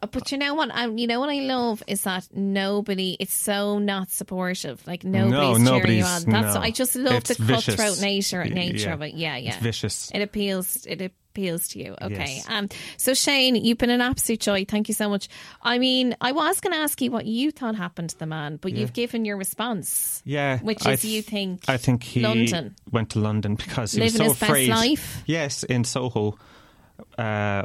Uh, But you know what? I, you know what I love is that nobody. It's so not supportive. Like nobody's cheering you
nobody's-
on. That's
no.
I just love
It's
the
vicious.
cutthroat nature
Y-
nature
yeah.
of it. Yeah,
It's
yeah.
vicious.
It appeals. It appeals to you. Okay.
Yes.
Um. So Shane, you've been an absolute joy. Thank you so much. I mean, I was going to ask you what you thought happened to the man, but you've given your response.
Yeah,
Which
I
is
th-
you think
I think he
London.
went to London because he was
Living
so
his best
afraid.
life?
Yes, in Soho. Uh,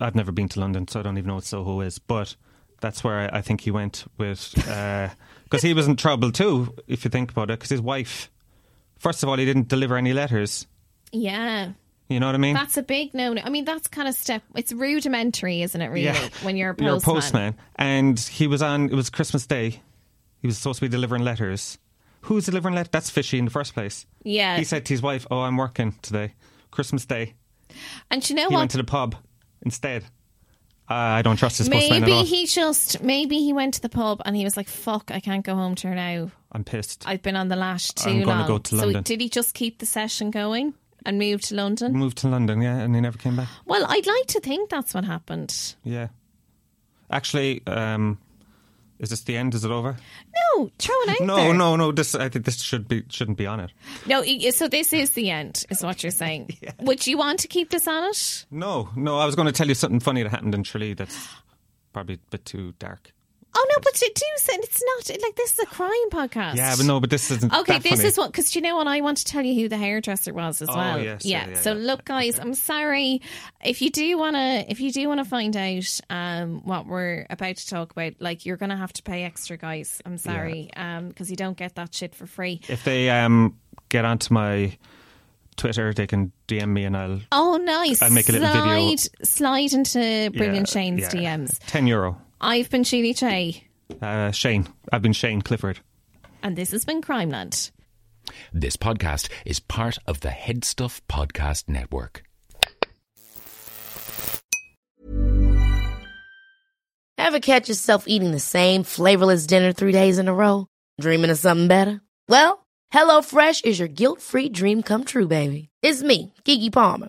I've never been to London, so I don't even know what Soho is. But that's where I, I think he went with [laughs] because he was in trouble too. If you think about it, because his wife, first of all, he didn't deliver any letters.
Yeah.
You know what I mean?
That's a big no. I mean, that's kind of step. It's rudimentary, isn't it? Really, when you're a postman.
You're a postman, and he was on. It was Christmas Day. He was supposed to be delivering letters. Who's delivering letters? That's fishy in the first place.
Yeah.
He said to his wife, "Oh, I'm working today, Christmas Day."
and you know
He
what?
went to the pub instead. Uh, I don't trust this postman at
Maybe
all.
he just maybe he went to the pub and he was like, "Fuck, I can't go home till now."
I'm pissed.
I've been on the lash too
I'm
long.
gonna go to
So
London.
did he just keep the session going and move to London?
Moved to London, yeah, and he never came back.
Well, I'd like to think that's what happened.
Yeah. Actually, um, is this the end? Is it over?
No, throw it out
no,
there.
no, no. This I think this should be shouldn't be on it.
No, i- so this is the end, is what you're
[laughs]
saying. Would you want to keep this on it?
No, no. I was going to tell you something funny that happened in Tralee. That's probably a bit too dark.
Oh no, but you do say it's not like this is a crime podcast.
Yeah, but no, but this isn't.
Okay,
that
this
funny.
is what because you know what I want to tell you who the hairdresser was as
Oh,
well.
yes,
yeah.
yeah, yeah,
So
yeah.
look, guys, I'm sorry if you do wanna if you do wanna find out um, what we're about to talk about. Like you're gonna have to pay extra, guys. I'm sorry, um, because you don't get that shit for free.
If they um get onto my Twitter, they can DM me and I'll
Oh, nice!
I'll make a little
slide,
video.
Slide into Brilliant
yeah,
Shane's
yeah.
DMs.
Ten euro.
I've been Sheely Che,
Uh, Shane, I've been Shane Clifford.
and this has been Crimeland.
This podcast is part of the Head Stuff Podcast Network.
Ever catch yourself eating the same flavorless dinner three days in a row? Dreaming of something better? Well, HelloFresh is your guilt free dream come true, baby. It's me, Kiki Palmer.